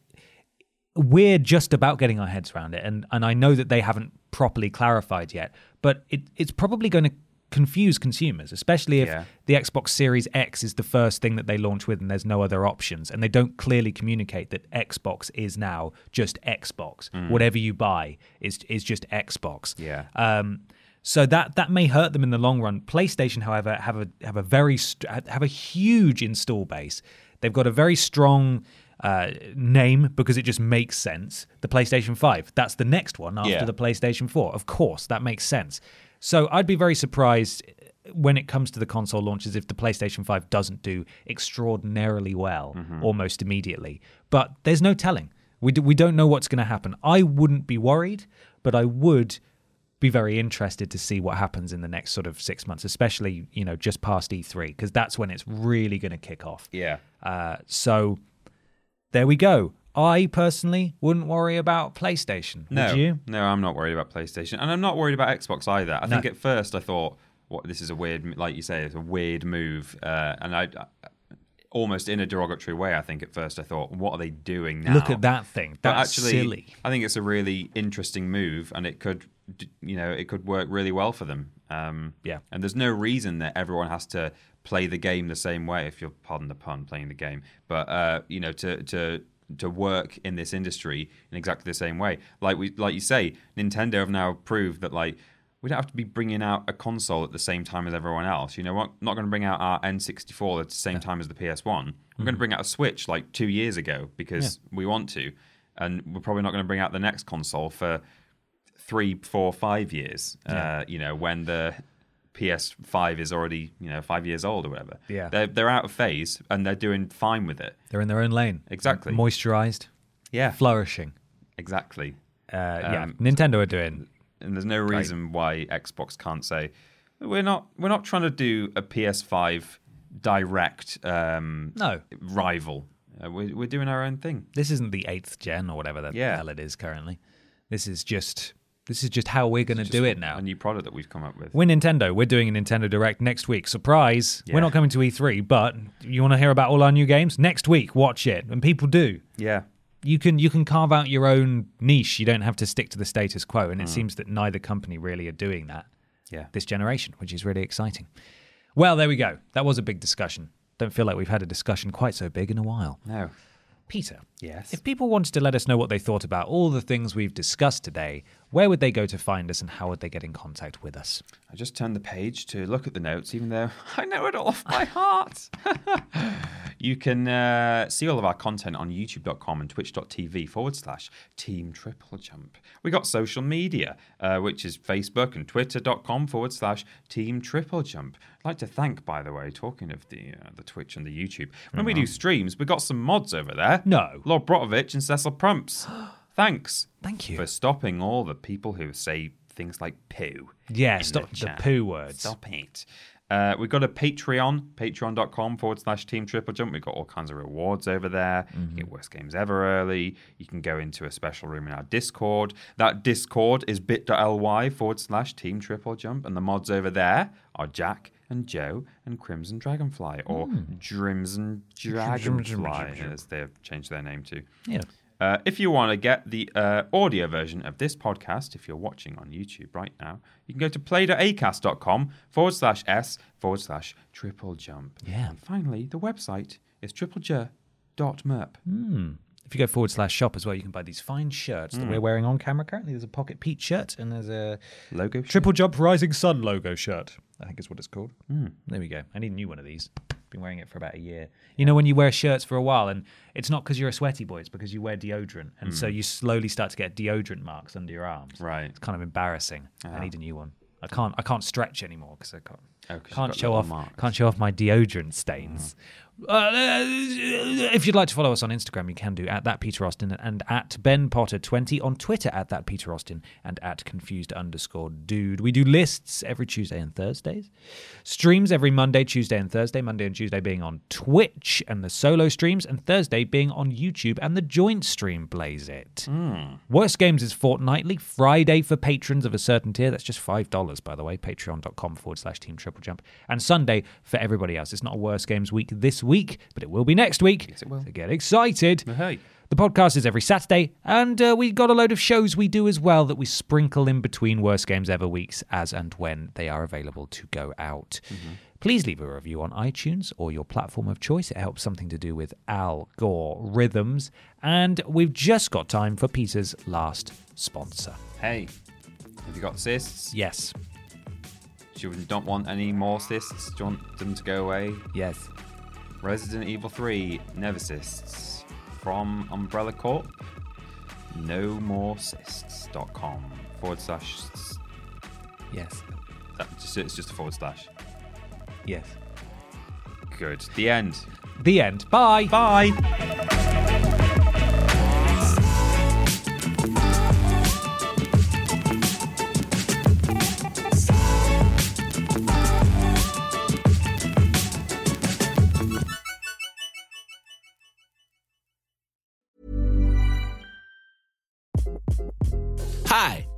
we're just about getting our heads around it, and and I know that they haven't properly clarified yet, but it it's probably going to confuse consumers, especially if
Yeah.
the Xbox Series X is the first thing that they launch with and there's no other options. And they don't clearly communicate that Xbox is now just Xbox. Whatever you buy is, is just Xbox.
Mm. Yeah.
Um, so that that may hurt them in the long run. PlayStation, however, have a have a very st- have a huge install base. They've got a very strong uh, name because it just makes sense. The PlayStation Five, that's the next one after
Yeah.
the PlayStation Four. Of course, that makes sense. So I'd be very surprised uh, when it comes to the console launches if the PlayStation Five doesn't do extraordinarily well
Mm-hmm.
almost immediately. But there's no telling. We do, we don't know what's going to happen. I wouldn't be worried, but I would be very interested to see what happens in the next sort of six months, especially you know just past E3 because that's when it's really going to kick off.
Yeah.
Uh, so there we go. I personally wouldn't worry about PlayStation.
No,
Would you?
no, I'm not worried about PlayStation, and I'm not worried about Xbox either. I
No.
think at first I thought, "What? This is a weird, like you say, it's a weird move," uh, and I, almost in a derogatory way, I think at first I thought, "What are they doing now?"
Look at that thing.
But
That's
actually,
silly.
I think it's a really interesting move, and it could, d- you know, it could work really well for them. Um,
Yeah.
And there's no reason that everyone has to play the game the same way, if you'll pardon the pun, playing the game. But uh, you know, to to to work in this industry in exactly the same way, like we like you say, Nintendo have now proved that like. We don't have to be bringing out a console at the same time as everyone else. You know what? Not going to bring out our N64 at the same time as the PS1. We're going to bring out a Switch like two years ago because we want to, and we're probably not going to bring out the next console for three, four, five years. Uh, you know, when the PS5 is already you know five years old or whatever.
Yeah.
they're they're out of phase and they're doing fine with it.
They're in their own lane.
Exactly.
Moisturized,
Yeah,
flourishing.
exactly.
Uh,
Um,
yeah, Nintendo are doing.
And there's no reason why Xbox can't say we're not we're not trying to do a PS5 direct um,
No,
rival. Uh, we're, we're doing our own thing.
this isn't the eighth gen or whatever the
Yeah.
hell it is currently. This is just this is just how we're going to do it now.
A new product that we've come up with.
We're Nintendo. We're doing a Nintendo Direct next week. Surprise! We're
Yeah.
not coming to E3, but you want to hear about all our new games next week? Watch it, and people do.
yeah,
You can you can carve out your own niche. You don't have to stick to the status quo,
Mm.
and it seems that neither company really are doing that
yeah.
this generation, which is really exciting. Well, there we go. That was a big discussion. Don't feel like we've had a discussion quite so big in a while.
no.
Peter,
Yes.
if people wanted to let us know what they thought about all the things we've discussed today, where would they go to find us, and how would they get in contact with us?
I just turned the page to look at the notes, even though <laughs> I know it all off by heart. <laughs> you can uh, see all of our content on youtube.com and twitch.tv forward slash team triple jump. We got social media, uh, which is Facebook and twitter.com forward slash team triple jump. I'd like to thank, by the way, talking of the uh, the Twitch and the YouTube, when we do streams, we got some mods over there.
No.
Lord Brotovich and Cecil Prumps. Thanks
Thank you.
for stopping all the people who say things like poo.
Yeah,
in
stop the
chat.
poo words.
Stop it. Uh, we've got a Patreon, patreon.com forward slash team triple jump. We've got all kinds of rewards over there. You
Mm-hmm.
get worst games ever early. You can go into a special room in our Discord. That Discord is bit.ly forward slash team triple jump. And the mods over there are Jack and Joe and Crimson Dragonfly or
Hmm.
Drimson Dragonfly, as they've changed their name to.
Yeah.
Uh, if you want to get the uh, audio version of this podcast, if you're watching on YouTube right now, you can go to play.acast.com forward slash s forward slash triple jump.
Yeah.
And finally, the website is triplej.merp.
Hmm. If you go forward slash shop as well, you can buy these fine shirts
Hmm.
that we're wearing on camera currently. There's a Pocket Pete shirt and there's a
Logo. shirt.
Triple Jump Rising Sun logo shirt. I think is what it's called. Hmm, There we go. I need a new one of these. Been wearing it for about a year. You know when you wear shirts for a while, and it's not because you're a sweaty boy; it's because you wear deodorant, and so you slowly start to get deodorant marks under your arms.
Right.
It's kind of embarrassing. I need a new one. I can't. I can't stretch anymore because I can't.
Oh, 'cause you've
can't
got
show
little
off.
marks. Mm-hmm.
Can't show off my deodorant stains. Uh, if you'd like to follow us on Instagram, you can do at that Peter Austin and at Ben Potter twenty on Twitter at that Peter Austin and at confused underscore dude. We do lists every Tuesday and Thursdays, streams every Monday, Tuesday and Thursday. Monday and Tuesday being on Twitch and the solo streams, and Thursday being on YouTube and the joint stream. Blaze it. Worst Games is fortnightly, Friday for patrons of a certain tier. That's just $5, by the way, patreon.com forward slash team triple jump. And Sunday for everybody else. It's not a Worst Games week this week, but it will be next week. Yes, it will. So get excited.
Hey.
The podcast is every Saturday, and uh, we got a load of shows we do as well that we sprinkle in between Worst Games Ever weeks as and when they are available to go out. Please leave a review on iTunes or your platform of choice. It helps something to do with Al Gore rhythms. And we've just got time for Peter's last sponsor.
Hey, have you got cysts?
Yes.
Do you don't want any more cysts? Do you want them to go away?
Yes.
Resident Evil 3 Never Cysts from Umbrella Corp. No more cysts.com forward slash. s-
Yes.
That just, it's just a forward slash.
Yes.
Good. The end.
The end. Bye. Bye.
Hi,